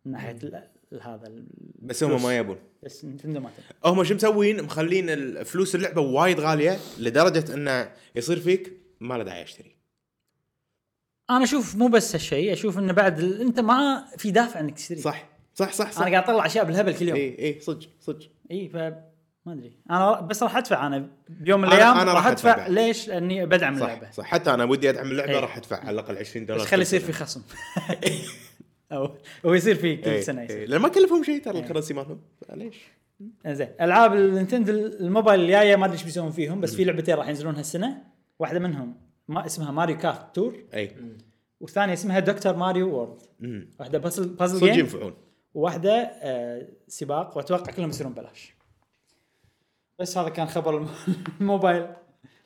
A: من ناحيه ال- ال- هذا ال-
C: بس هم ما يبون
A: بس نتندو ما تبي.
C: هم شو مسوين مخلين ال- فلوس اللعبه وايد غاليه لدرجه انه يصير فيك ما له داعي اشتري
A: انا اشوف مو بس هالشيء اشوف انه بعد ال- انت ما في دافع انك تشتري
C: صح صح صح صح إيه.
A: انا قاعد اطلع اشياء بالهبل كل يوم
C: اي اي صدق صدق
A: اي ف ما ادري انا بس راح ادفع انا بيوم من
C: أنا-
A: الايام
C: أنا
A: راح
C: راح أدفع
A: ادفع
C: بعد.
A: ليش؟ لاني بدعم اللعبه
C: صح صح حتى انا ودي ادعم اللعبه
A: إيه.
C: راح ادفع على الاقل 20 دولار
A: بس خلي يصير في خصم او هو يصير في كل
C: إيه،
A: سنه يصير
C: إيه، لان ما كلفهم شيء ترى الكرنسي مالهم ليش؟
A: زين العاب النينتندو الموبايل الجايه ما ادري ايش بيسوون فيهم بس في لعبتين راح ينزلون هالسنه واحده منهم ما اسمها ماريو كارت تور
C: اي
A: والثانيه اسمها دكتور ماريو وورد
C: مم.
A: واحده بازل بازل
C: صدق
A: جيم
C: ينفعون
A: وواحده آه سباق واتوقع كلهم يصيرون بلاش بس هذا كان خبر الم- الموبايل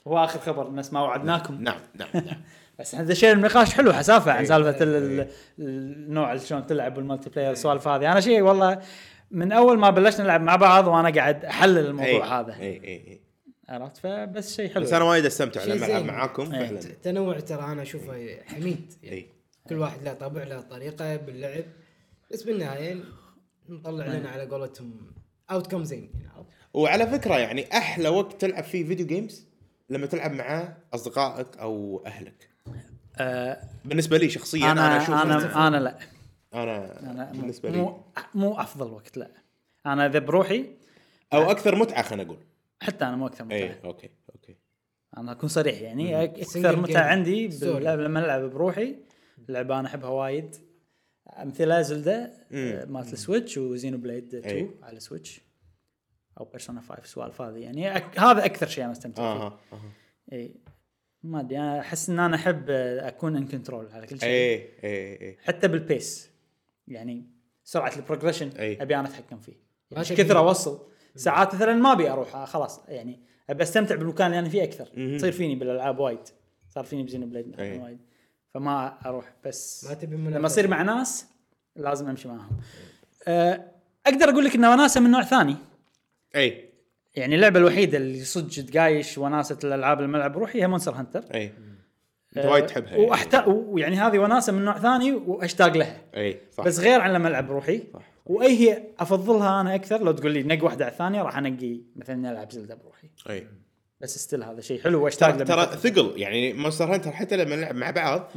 A: هو اخر خبر نفس ما وعدناكم
C: نعم نعم نعم
A: بس احنا دشينا النقاش حلو حسافه عن
C: إيه.
A: سالفه ال- ال- النوع اللي شلون تلعب والمالتي بلاير السوالف هذه انا شيء والله من اول ما بلشنا نلعب مع بعض وانا قاعد احلل الموضوع هذا
C: اي اي اي
A: عرفت فبس شيء حلو
C: إيه. بس انا وايد استمتع
B: شيء
C: لما العب
B: زين.
C: معاكم
A: إيه.
C: فعلا
B: ت- تنوع ترى انا اشوفه حميد يعني
C: اي
B: كل واحد له طبع له طريقه باللعب بس بالنهايه نطلع لنا على قولتهم اوت كم زين يعني عرفت؟
C: وعلى فكره يعني احلى وقت تلعب فيه فيديو جيمز لما تلعب مع اصدقائك او اهلك
A: آه
C: بالنسبه لي شخصيا
A: انا
C: انا اشوف
A: انا انا لا
C: انا
A: انا
C: بالنسبه لي
A: مو مو افضل وقت لا انا اذا بروحي
C: او اكثر متعه خلينا نقول إيه،
A: حتى انا مو اكثر متعه
C: اي اوكي اوكي
A: انا اكون صريح يعني اكثر
B: Single
A: متعه
B: game.
A: عندي بال-
B: Story.
A: لما العب بروحي لعبه انا احبها وايد امثله زلدة آه، مالت السويتش وزينو بليد 2
C: إيه.
A: على السويتش او بيرسونا 5 سوالف هذه يعني أك... هذا اكثر شيء انا استمتع فيه
C: اها اها
A: اي ما ادري انا احس ان انا احب آه، اكون ان كنترول على كل شيء
C: اي اي اي
A: حتى بالبيس يعني سرعه البروجريشن
C: أي.
A: ابي انا اتحكم فيه
B: ما
A: يعني إيش
B: تبي-
A: كثر اوصل ساعات مثلا ما ابي اروح آه، خلاص يعني ابي استمتع بالمكان اللي انا فيه اكثر
C: مهم.
A: تصير فيني بالالعاب وايد صار فيني بزين بليد
C: أي.
A: وايد فما اروح بس
B: ما تبي منافسة.
A: لما اصير مع ناس لازم امشي معاهم أه اقدر اقول لك ان وناسه من نوع ثاني
C: اي
A: يعني اللعبه الوحيده اللي صدق تقايش وناسه الالعاب الملعب روحي هي آه، مونستر هانتر
C: اي
A: أه،
C: انت إيه. وايد تحبها يعني.
A: واحتاج ويعني هذه وناسه من نوع ثاني واشتاق لها
C: اي إيه، صح
A: بس غير عن لما العب بروحي
C: صح.
A: واي هي افضلها انا اكثر لو تقول لي نق واحده على الثانيه راح انقي مثلا إني العب زلده بروحي
C: اي
A: بس استل هذا شيء حلو واشتاق
C: ترى
A: لما
C: إيه. ترى
A: تلعب.
C: ثقل يعني مونستر هانتر حتى لما نلعب مع بعض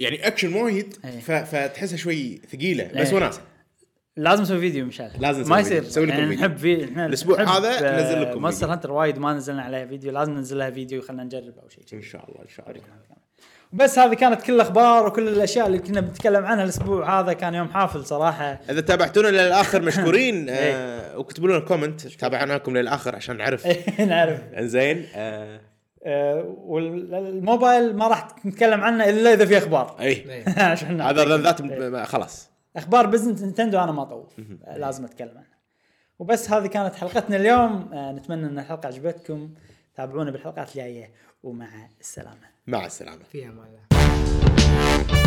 C: يعني اكشن وايد
A: إيه.
C: ف- فتحسها شوي ثقيله بس
A: إيه.
C: وناسه
A: لازم نسوي فيديو مشان
C: لازم نسوي
A: ما
C: فيديو.
A: يصير
C: نسوي لكم
A: يعني
C: فيديو.
A: نحب في... احنا
C: الأسبوع
A: نحب،
C: هذا
A: آه،
C: ننزل لكم
A: مونستر
C: فيديو.
A: هانتر وايد ما نزلنا عليها فيديو لازم ننزل لها فيديو خلينا نجرب او شيء
C: ان شاء الله ان شاء الله
A: بس هذه كانت كل الاخبار وكل الاشياء اللي كنا بنتكلم عنها الاسبوع هذا كان يوم حافل صراحه
C: اذا تابعتونا للاخر مشكورين
A: إيه.
C: آه وكتبوا لنا كومنت تابعناكم للاخر عشان نعرف
A: إيه. نعرف
C: انزين آه
A: آه، والموبايل ما راح نتكلم عنه الا اذا في اخبار
C: اي
B: إيه،
A: عشان
C: هذا
A: نعطيكم.
C: ذات
A: إيه.
C: م- خلاص
A: اخبار بزنس نينتندو انا ما اطوف لازم اتكلم عنها وبس هذه كانت حلقتنا اليوم آه، نتمنى ان الحلقه عجبتكم تابعونا بالحلقات الجايه ومع السلامه
C: مع السلامه
B: فيها مالها